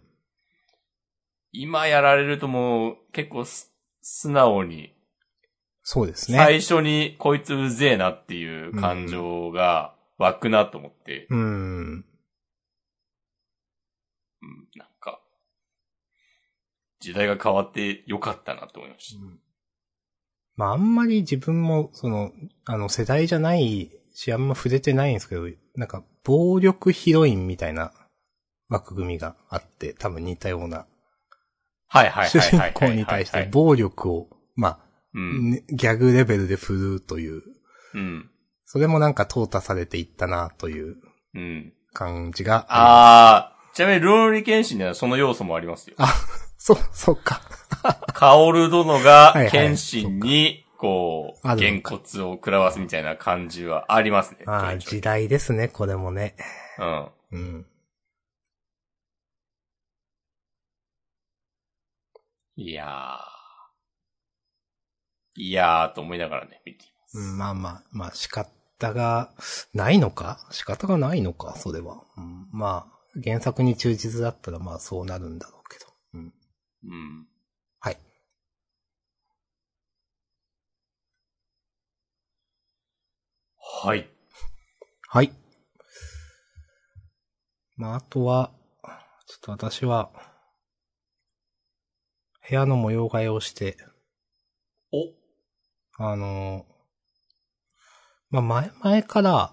S2: 今やられるともう結構す素直に、
S1: そうですね。
S2: 最初にこいつうぜえなっていう感情が湧くなと思って、
S1: うん。
S2: うんなんか、時代が変わってよかったなと思いました。
S1: まあ、あんまり自分も、その、あの、世代じゃないし、あんま触れてないんですけど、なんか、暴力ヒロインみたいな枠組みがあって、多分似たような、
S2: はいはい
S1: 主
S2: はいは
S1: 人
S2: い
S1: 公
S2: はいはいはい。
S1: に対して暴力を、ま
S2: う
S1: あ、
S2: ん。
S1: ねギャグレベルで振るうという、
S2: うん。
S1: それもなんか淘汰されていったな、という
S2: うん。
S1: 感じが。
S2: あー、ちなみにルーリケンシンにはその要素もありますよ。
S1: そう、そっか。
S2: カオル殿
S1: はいは
S2: が
S1: い
S2: 剣心に、こう、
S1: ある
S2: 原
S1: のか
S2: 骨を食らわすみたいな感じはありますね。
S1: ああ、
S2: ちょい
S1: 時
S2: ちょい
S1: 代ですね、これもね。
S2: うん。
S1: うん。
S2: いやー。いやーと思いながらね、見ています。
S1: うんまあまあ、まあ仕方がないのか仕方がないのかそれは、うん。まあ、原作に忠実だったらまあそうなるんだろうけど。うん、
S2: うん。
S1: はい。
S2: はい。
S1: はい。まああとは、ちょっと私は、部屋の模様替えをして、
S2: お。
S1: あのーまあ、前々から、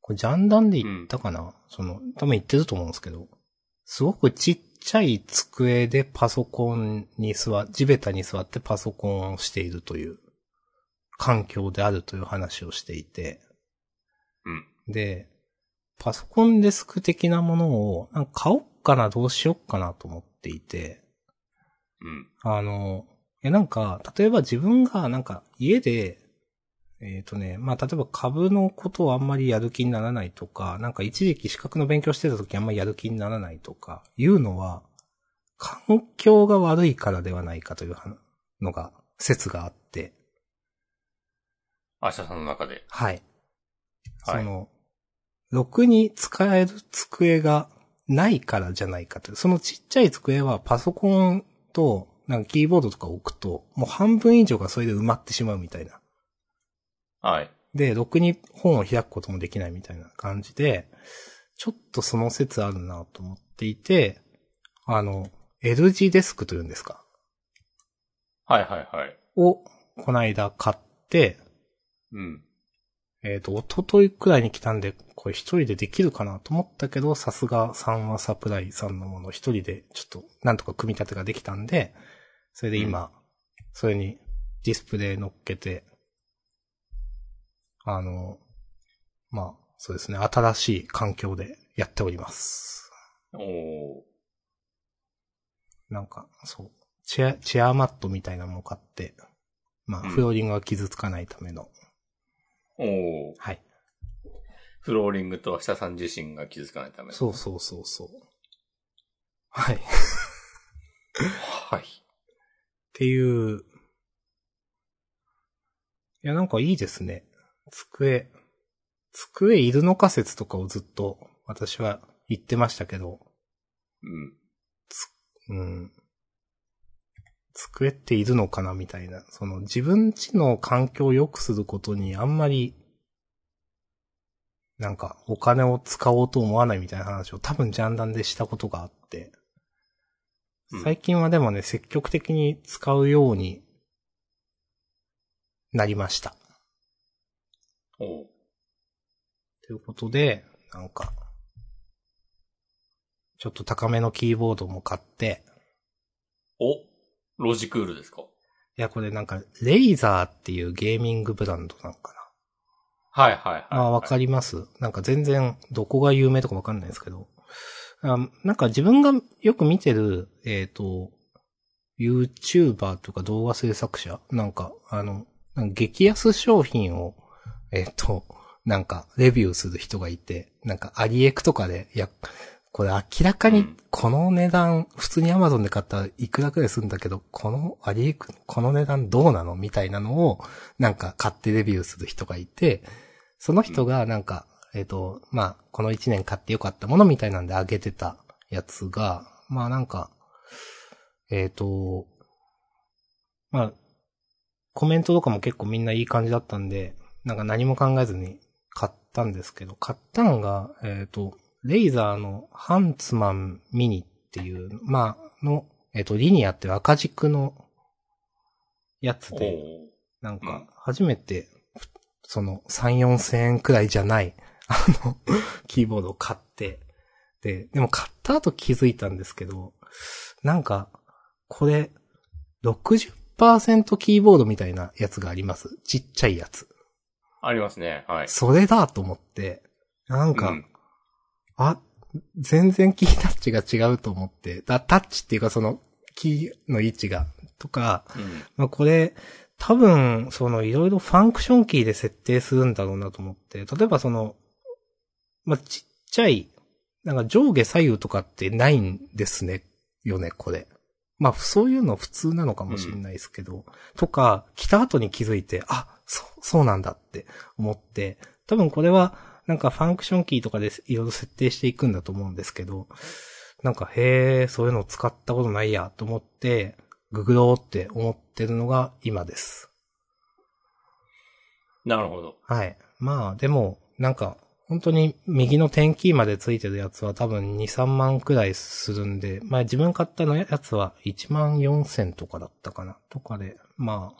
S1: これジャンダンで言ったかな、その、多分言ってると思うんですけど、すごくちっちゃい机でパソコンに座、地べたに座ってパソコンをしているという、環境であるという話をしていて、
S2: うん。
S1: で、パソコンデスク的なものを、なんか買おっかな、どうしよっかなと思っていて、
S2: うん。
S1: あの、え、なんか、例えば自分がなんか家で、えっ、とね、まあ、例えば株のことをあんまりやる気にならないとか、なんか一時期資格の勉強してた時あんまりやる気にならないとか、いうのは、環境が悪いからではないかというはのが、説があって、
S2: 明日さんの中で。
S1: はい。
S2: は
S1: そ
S2: い
S1: の、ろくに使える机がないからじゃないかという。そのちっちゃい机はパソコンと、なんかキーボードとか置くと、もう半分以上がそれで埋まってしまうみたいな。
S2: はい。
S1: で、ろくに本を開くこともできないみたいな感じで、ちょっとその説あるなと思っていて、あの、L 字デスクというんですか
S2: はいはいはい。
S1: を、こないだ買って、
S2: うん。
S1: えっ、と、おとといくらいに来たんで、これ一人でできるかなと思ったけど、さすが三和サプライさんのもの一人でちょっとなんとか組み立てができたんで、それで今、それにディスプレイ乗っけて、あの、まあ、そうですね、新しい環境でやっております。
S2: おー。
S1: なんか、そう、チェア、チェアマットみたいなのも買って、まあ、
S2: うん
S1: フローリングが傷つかないための、
S2: おー。
S1: はい。
S2: フローリングと明日さん自身が気づかないため。
S1: そうそうそうそう。はい。
S2: はい。
S1: っていう。いや、なんかいいですね。机。机いるのか説とかをずっと私は言ってましたけど、
S2: うん。
S1: うん。机っているのかなみたいな。その自分ちの環境を良くすることにあんまり、なんかお金を使おうと思わないみたいな話を多分ジャンダンでしたことがあって。
S2: うん
S1: 最近はでもね、積極的に使うようになりました。
S2: おー。
S1: ということで、なんか、ちょっと高めのキーボードも買って、
S2: おロジクールですか
S1: いや、これなんか、レイザーっていうゲーミングブランドなんか
S2: はいはいはい。
S1: な。ああ、わか
S2: り。
S1: ります。なんか全然、どこが有名とかわかんないですけど。あなんか自分がよく見てる、えっ、と、 YouTuber とか動画制作者なんか、あの、なんか激安商品を、えっ、と、なんか、レビューする人がいて、なんか、アリエクとかで、いや、これ明らか
S2: う
S1: に
S2: ん、
S1: この値段、普通に Amazon で買ったらいくらくらいするんだけど、このアリエク、この値段どうなのみたいなのを、なんか、買ってレビューする人がいて、その人が、なんか、えっ、と、まあ、この1年買ってよかったものみたいなんで上げてたやつが、まあなんか、えっ、と、まあ、コメントとかも結構みんないい感じだったんで、なんか何も考えずに買ったんですけど、買ったのが、えっ、と、レイザーのハンツマンミニっていう、まあ、の、えっ、と、リニアっていう赤軸のやつ
S2: お
S1: で、
S2: ー
S1: なん
S2: う
S1: か
S2: ん、
S1: 初めて、その、3、4千円くらいじゃない、あの、 *laughs* キーボードを買って、で、でも買った後気づいたんですけど、なんか、これ、60%キーボードみたいなやつがあります。ちっちゃいやつ。
S2: ありますね。はい。
S1: それだと思って、なんか、
S2: うん
S1: あ、全然キータッチが違うと思って、だタッチっていうかその、キーの位置が、とか、
S2: うん
S1: まあ、これ、多分、その、いろいろファンクションキーで設定するんだろうなと思って、例えばその、まあ、ちっちゃい、なんか上下左右とかってないんですね、よね、これ。まあ、そういうの普通なのかもしれないですけど、とか、来た後に気づいて、あ、そう、そうなんだって思って、多分これは、なんかファンクションキーとかでいろいろ設定していくんだと思うんですけど、なんか、へえ、そういうの使ったことないや、と思って、ググろうって思ってるのが今です。
S2: なるほど。
S1: はい。まあ、でも、なんか、本当に右の点キーまでついてるやつは多分2、3万くらいするんで、まあ自分買ったのやつは1万4千とかだったかな、とかで、まあ、ま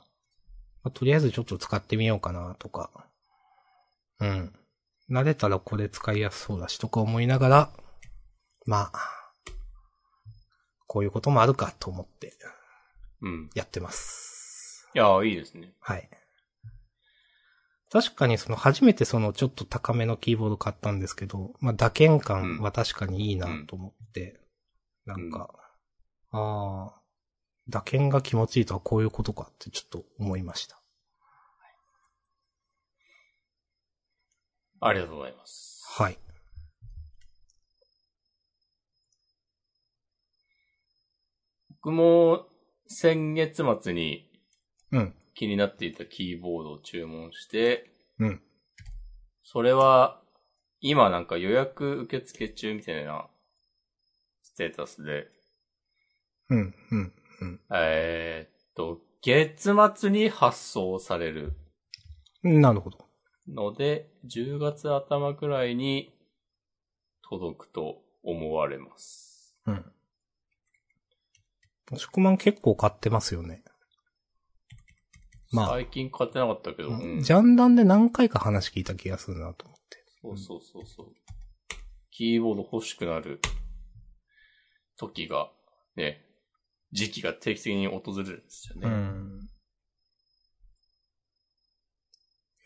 S1: あとりあえずちょっと使ってみようかな、とか。うん。慣れたらこれ使いやすそうだし、とか思いながら、まあ、こういうこともあるかと思って
S2: うん。
S1: やってます。
S2: いやー、いいですね。
S1: はい。確かにその初めてそのちょっと高めのキーボード買ったんですけど、まあ打鍵感は確かにいいなと思って、なんか、ああ、打鍵が気持ちいいとはこういうことかってちょっと思いました。
S2: ありがとうございます。
S1: はい。
S2: 僕も、先月末に
S1: うん。
S2: 気になっていたキーボードを注文して、
S1: うん。
S2: それは、今なんか予約受付中みたいな、ステータスで、
S1: うん。うん。
S2: えーっと、月末に発送される
S1: うん。なるほど。
S2: ので、10月頭くらいに届くと思われます。
S1: うん。押し込まん結構買ってますよね。まあ
S2: 最近買ってなかったけど、うん
S1: ジャンダンで何回か話聞いた気がするなと思って。
S2: そうそうそうそう。キーボード欲しくなる時が、ね、時期が定期的に訪れるんですよね。
S1: うん。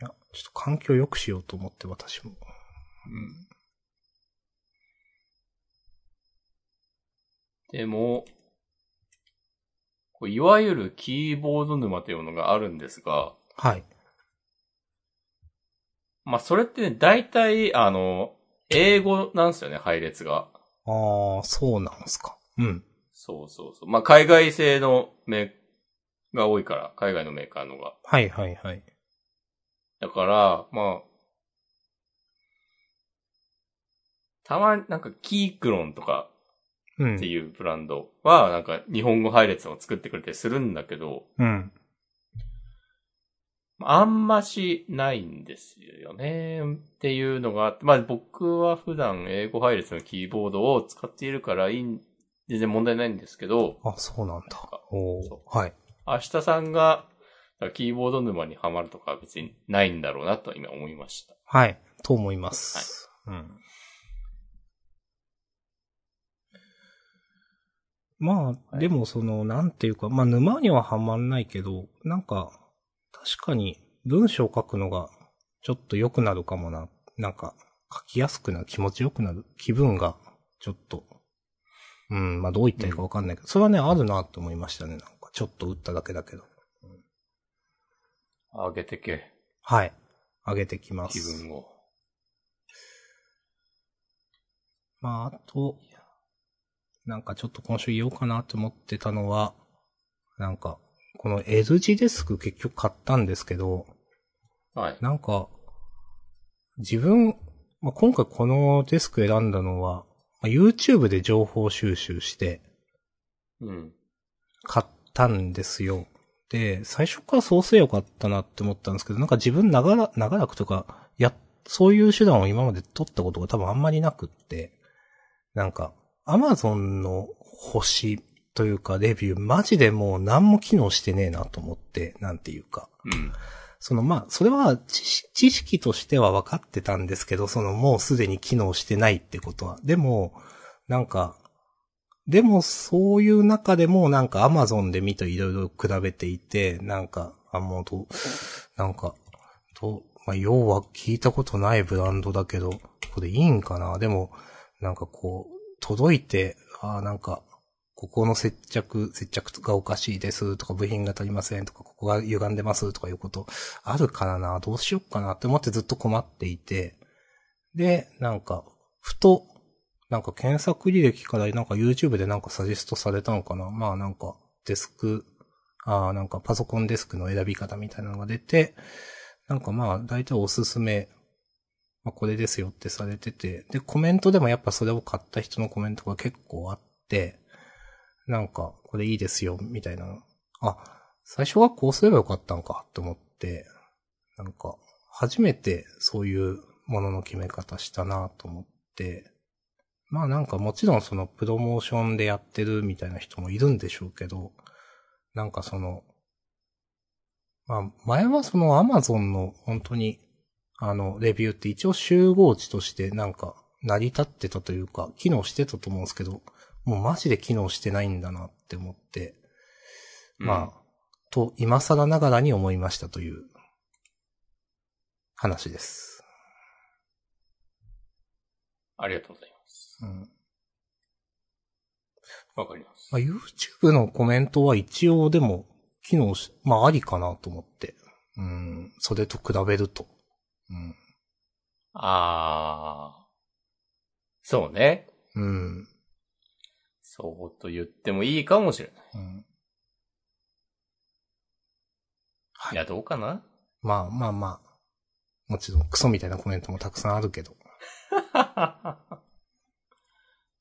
S1: いや、ちょっと環境良くしようと思って私も。
S2: うんでも、こういわゆるキーボード沼というものがあるんですが、
S1: はい。
S2: まあ、それってね、大体、あの、英語なんですよね、配列が。
S1: ああ、そうなんすか。うん。
S2: そうそうそう。まあ、海外製のメーが多いから、海外のメーカーのが。
S1: はいはいはい。
S2: だから、まあ、たまになんかキークロンとか
S1: う
S2: っ
S1: ん
S2: て。いうブランドは、なんか日本語配列を作ってくれてするんだけど、
S1: うん。
S2: あんましないんですよね。っていうのがあって、まあ僕は普段英語配列のキーボードを使っているからいいん、全然問題ないんですけど、
S1: あ、そうなんだ。
S2: そ
S1: おお。はい。
S2: 明日さんがだからキーボード沼にはまるとかは別にないんだろうなと今思いました。
S1: はい。と思います。うん。まあ、
S2: はい
S1: でもその、なんていうか、まあ、沼にははまんないけど、なんか、確かに文章を書くのが、ちょっと良くなるかもな。なんか、書きやすくなる、気持ちよくなる、気分が、ちょっと、うん、まあどう言ったらいいかわかんないけど、それはね、あるなと思いましたね、なんか。ちょっと打っただけだけど。
S2: 上げてけ。
S1: はい。上げてきま
S2: 気
S1: す。
S2: 分を。
S1: まあ、あと、なんかちょっと今週言おうかなと思ってたのは、なんか、この L 字デスク結局買ったんですけど、
S2: はい。
S1: なんか、自分、まあ、今回このデスク選んだのは、まあ、YouTube で情報収集して
S2: うん。
S1: 買ったんですよ。で、最初からそうすればよかったなって思ったんですけど、なんか自分長ら、長らくとか、や、そういう手段を今まで取ったことが多分あんまりなくって、なんか、Amazon の星というかレビュー、マジでもう何も機能してねえなと思って、なんていうか。
S2: うん。
S1: そのまあ、それは知識知識としては分かってたんですけど、そのもうすでに機能してないってことは。でも、なんか、でもそういう中でもなんか Amazon で見といろいろ比べていて、なんか、あ、もうど、なんか、どう、まあ、要は聞いたことないブランドだけど、これいいんかなでも、なんかこう、届いて、ああ、なんか、ここの接着、接着がおかしいですとか、部品が足りませんとか、ここが歪んでますとかいうこと、あるからな、どうしよっかなって思ってずっと困っていて、で、なんか、ふと、なんか検索履歴からなんか YouTube でなんかサジェストされたのかなまあなんか、デスク、ああ、なんかパソコンデスクの選び方みたいなのが出て、なんかまあ、大体おすすめ、まあこれですよってされてて、で、コメントでもやっぱそれを買った人のコメントが結構あって、なんか、これいいですよ、みたいな。あ、最初はこうすればよかったんか、と思って、なんか、初めてそういうものの決め方したなと思って、まあなんかもちろんそのプロモーションでやってるみたいな人もいるんでしょうけど、なんかその、まあ前はその Amazon の本当にあのレビューって一応集合値としてなんか成り立ってたというか機能してたと思うんですけど、もうマジで機能してないんだなって思って、まあ、と今更ながらに思いましたという話です。
S2: あ。ありがとうございます。
S1: うん
S2: わかります。
S1: まあ、YouTube のコメントは一応でも機能し、まあありかなと思って。うん、それと比べると。うん。
S2: ああ。そうね。
S1: うん。
S2: そうと言ってもいいかもしれない。
S1: うん、
S2: いや、どうかな *laughs*
S1: まあまあまあ。もちろんクソみたいなコメントもたくさんあるけど。
S2: あ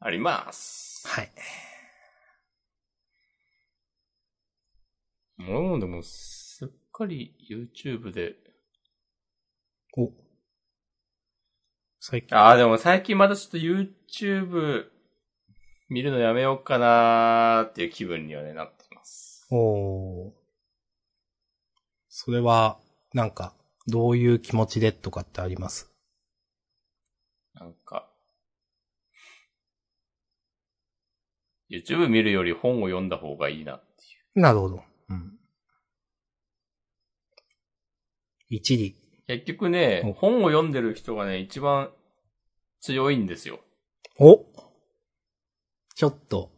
S2: ります。
S1: はい。
S2: もうでも、すっかり YouTube で。
S1: お。最近。
S2: ああ、でも最近またちょっと YouTube 見るのやめようかなーっていう気分にはね、なってます。
S1: おーそれは、なんか、どういう気持ちでとかってあります
S2: なんか。YouTube 見るより本を読んだ方がいいなっていう。
S1: なるほど。うん。一理。
S2: 結局ね、
S1: うん
S2: 本を読んでる人がね、一番強いんですよ。
S1: おちょっと、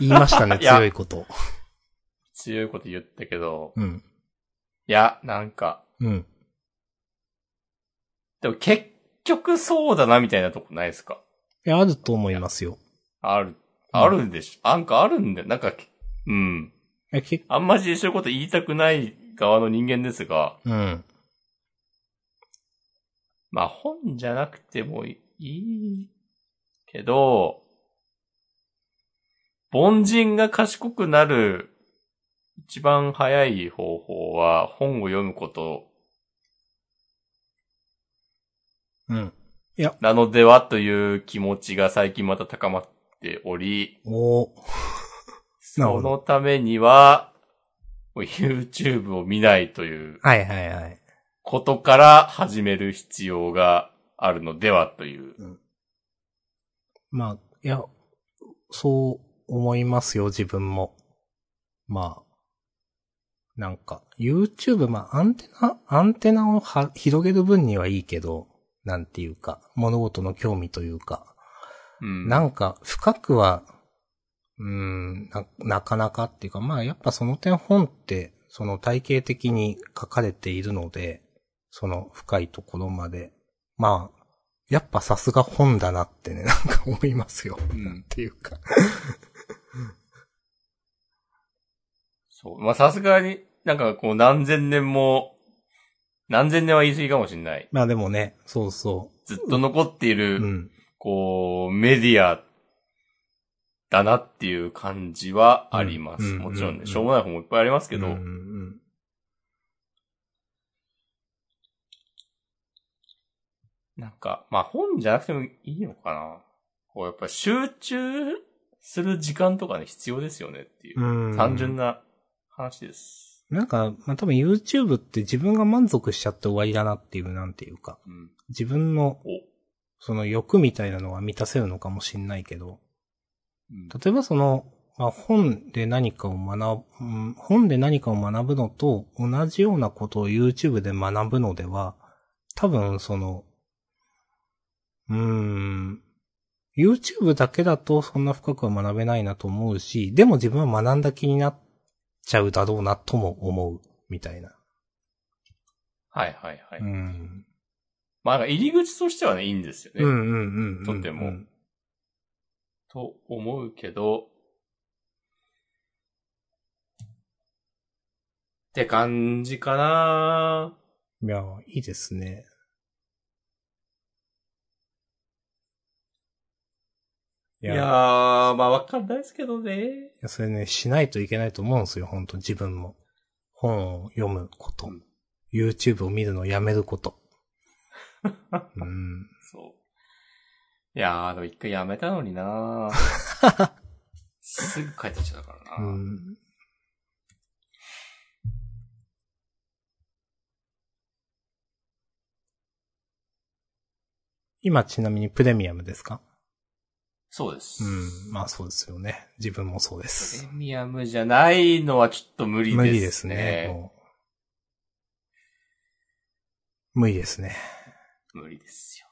S1: 言いましたね、
S2: いや
S1: *laughs* 強いこと。
S2: 強いこと言ったけど、
S1: うん。
S2: いや、なんか、
S1: うん。
S2: でも結局そうだなみたいなとこないですか
S1: いや、あると思いますよ。
S2: ある、あるでしょ、なんかあるんだよ。なんか、うん。
S1: え、け、
S2: あんまりそういうこと言いたくない側の人間ですが、
S1: うん。
S2: まあ本じゃなくてもいいけど、凡人が賢くなる一番早い方法は本を読むこと
S1: うん。いや、
S2: なのではという気持ちが最近また高まっており、
S1: おーなるほ
S2: そ
S1: ど
S2: のためには、もう YouTube を見ないという
S1: はいはいはい。
S2: ことから始める必要があるのではという。
S1: まあ、いや、そう思いますよ、自分も。まあ、なんか、YouTube、まあ、アンテナ、アンテナをは広げる分にはいいけど、なんていうか、物事の興味というか、
S2: うん。
S1: なんか、深くはうんな、なかなかっていうか、まあやっぱその点本って、その体系的に書かれているので、その深いところまで、まあ、やっぱさすが本だなってね、なんか思いますよ。
S2: うん
S1: なんていうか。
S2: そう。まあ、さすがに、なんかこう何千年も、何千年は言い過ぎかもしれない。
S1: まあでもね、そうそ。
S2: ずっと残っていうる、
S1: うん。
S2: こう、メディアだなっていう感じはあります。
S1: うん
S2: もちろん
S1: う
S2: ね、
S1: ん
S2: しょうもない本もいっぱいありますけど、
S1: うんうん
S2: なんか、まあ本じゃなくてもいいのかな。こう、やっぱ集中する時間とかね、必要ですよねっていうう、
S1: ん、うん
S2: 単純な話です。
S1: なんか、まあ、多分 YouTube って自分が満足しちゃって終わりだなっていう、なんていうか、
S2: うん。
S1: 自分の
S2: お。
S1: その欲みたいなのは満たせるのかもしんないけど、
S2: うん
S1: 例えばその、まあ、本で何かを学ぶ、うん本で何かを学ぶのと同じようなことを YouTube で学ぶのでは、多分その、うーん、YouTube だけだとそんな深くは学べないなと思うし、でも自分は学んだ気になっちゃうだろうなとも思う、みたいな。
S2: はいはいはい。
S1: うん。
S2: まあなんか入り口としてはね、いいんですよね。
S1: うんうんうんうん。
S2: とてもと思うけど、って感じかない
S1: や、いいですね。い
S2: いや
S1: や、い
S2: ー、まあわかんないですけどね。
S1: やそれね、しないといけないと思うんですよ、本当自分も。本を読むこと。
S2: うん
S1: YouTube を見るのをやめる
S2: *laughs*
S1: こと。うん。
S2: そう。いやー、でも一回やめたのにな
S1: *laughs*
S2: すぐ帰ってきちゃったから
S1: う
S2: な、
S1: ん。今ちなみにプレミアムですか
S2: そうです。
S1: うん。まあそうですよね。自分もそうで
S2: プ
S1: す
S2: レ。ミアムじゃないのはちょっと無理です
S1: 無
S2: ね。
S1: 理ですね。もう無理ですね。
S2: 無理ですよ、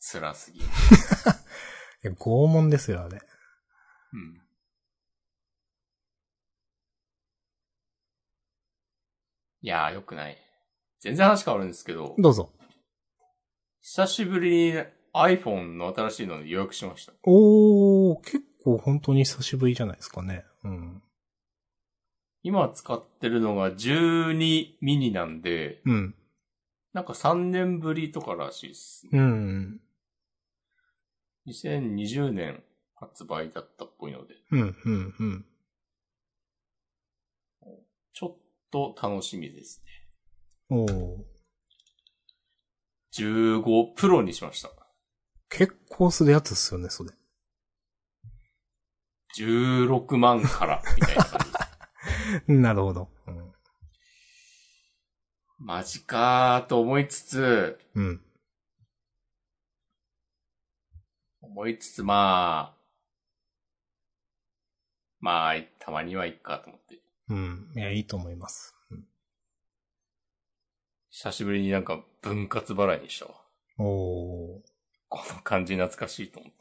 S2: それは。辛すぎる。
S1: いや拷問ですよ、あれ。
S2: うん。いやー、よくない。全然話変わるんですけど、
S1: どうぞ。
S2: 久しぶりに iPhone の新しいので予約しました。
S1: おー、結構本当に久しぶりじゃないですかね。うん。
S2: 今使ってるのが12ミニなんで、
S1: うん。
S2: なんか3年ぶりとからしいですね。
S1: うん。
S2: 2020年発売だったっぽいので、
S1: うん、うん、うん。
S2: ちょっと楽しみですね。
S1: おー。
S2: 15プロにしました。
S1: 結構するやつっすよね、それ。
S2: 16万から、みたいな *laughs* 感じです。
S1: なるほど。うん。
S2: マジかーと思いつつ、
S1: うん。
S2: 思いつつ、まあ、まあ、たまにはいっかと思って。
S1: うん。いや、いいと思います。うん
S2: 久しぶりになんか分割払いにしたわ。
S1: おー。
S2: この感じ懐かしいと思って。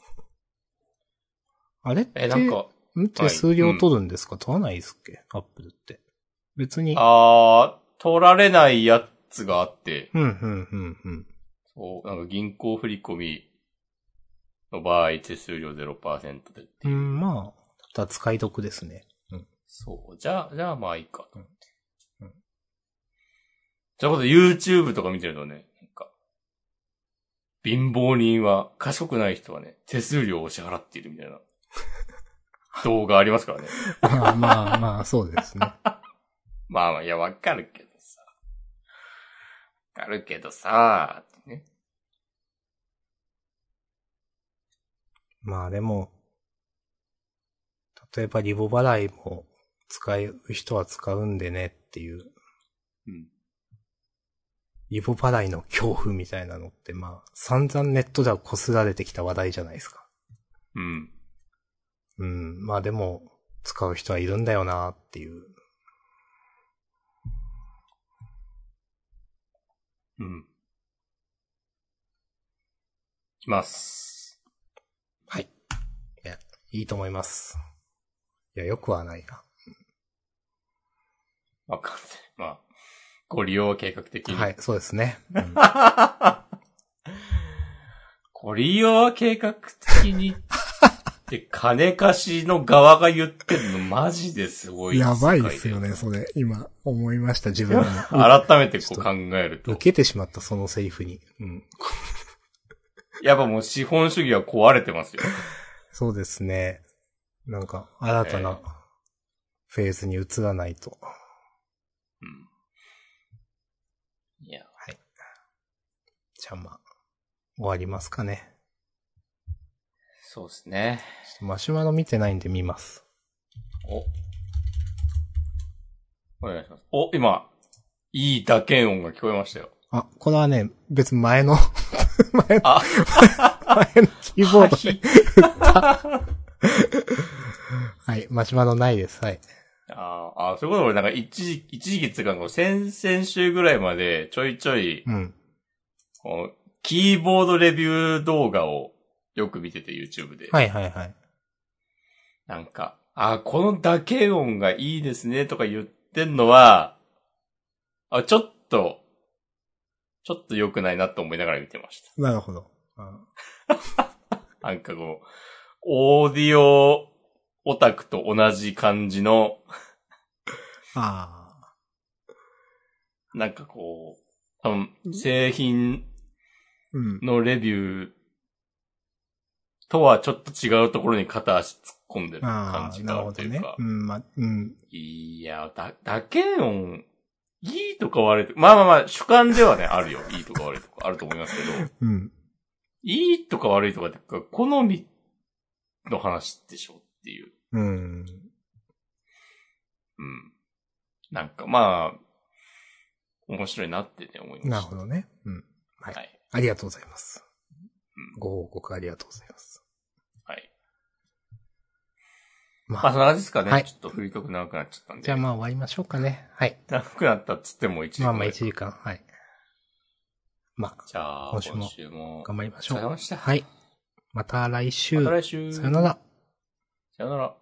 S1: あれって、
S2: え、なんか、
S1: んって数量取るんですか、取らないですっけアップルって。別に。
S2: あー、取られないやつがあって、
S1: うん、うん、うん、うん。
S2: そう、なんか銀行振込の場合手数料0%でっ
S1: う
S2: ていう。
S1: ん、まあ、だったら使い得ですね。
S2: そう、じゃあ、じゃあまあいいかと思
S1: う
S2: って。
S1: んうん
S2: じゃあこと YouTube とか見てるとね、なんか、貧乏人は、賢くない人はね、手数料を支払っているみたいな動画ありますからね。
S1: まあまあまあ、そうですね。
S2: まあまあ、いや、わかるけどさ。わかるけどさ、ってね。
S1: まあでも、例えばリボ払いも使う人は使うんでねっていう、
S2: うん。
S1: リボ払いの恐怖みたいなのってまあ、散々ネットでは擦られてきた話題じゃないですか。
S2: うん。
S1: うん、まあでも、使う人はいるんだよなっていう。
S2: うん。いきます。
S1: いいいと思います。いや、よくはないな。
S2: わかんない。まあ、ご利用は計画的に。
S1: はい、そうですね。うん
S2: *laughs* ご利用は計画的にって、金貸しの側が言ってるのマジですごい世界。
S1: やばいですよね、それ。今、思いました、自
S2: *laughs*
S1: 分も。
S2: 改めてこう考える
S1: 受
S2: と。
S1: けてしまった、そのセリフに。うん。
S2: やっぱもう資本主義は壊れてますよ。
S1: そうですね。なんか、新たなフェーズに移らないと。
S2: うん。いや、
S1: じゃあまあ、終わりますかね。
S2: そうですね。
S1: ちょっとマシュマロ見てないんで見ます。
S2: お。お願いします。お、今、いい打鍵音が聞こえましたよ。
S1: あ、これはね、別に前
S2: *laughs*
S1: の、前の、
S2: あ、
S1: 前のキーボードで。
S2: ひ
S1: はい、マシュマロないです。はい。
S2: あーあー、そういうこと俺なんか一時、一時期っていうか、こう先々週ぐらいまでちょいちょい、
S1: うん。
S2: こうキーボードレビュー動画をよく見てて YouTube で。
S1: はいはいはい。
S2: なんか、あーこの打鍵音がいいですねとか言ってんのは、あ、ちょっと、ちょっと良くないなと思いながら見てました。
S1: なるほど。あ
S2: なんかこう、オーディオオタクと同じ感じの、
S1: あ
S2: なんかこう、多分、製品
S1: ー。うん。
S2: のレビューとはちょっと違うところに片足突っ込んでる感
S1: あ
S2: じ
S1: あ、なる
S2: があ
S1: ほ
S2: ると
S1: ど
S2: いう
S1: ね
S2: か。。
S1: うん、ま、うん。
S2: いや、だ、だけ音、いいとか悪いとか、まあまあまあ、主観ではね、あるよ。いいとか悪いとか、あると思いますけど、
S1: うん。
S2: いいとか悪いとかってか、好みの話でしょっていう。
S1: うん。
S2: うん。なんかまあ、面白いなってね、思いました。
S1: なるほどね。うん。はい。
S2: はい
S1: ありがとうございます
S2: う。ん
S1: ご報告ありがとうございます。
S2: はい。
S1: ま
S2: まあ、そんな感じですかね。
S1: はい
S2: ちょっと振りとく長くなっちゃったんで。
S1: じゃあまあ終わりましょうかね。はい。
S2: 長くなったっつっても1時間
S1: まあ
S2: ぐ
S1: ま
S2: ら
S1: あ
S2: い
S1: 1時間。はい。ま
S2: じゃあ、今
S1: 今
S2: 週
S1: 週
S2: も。
S1: も頑張りましょう
S2: お疲れ様でした。
S1: あ、はい。また来週。
S2: また来週。
S1: さよな。ら。
S2: さよなら。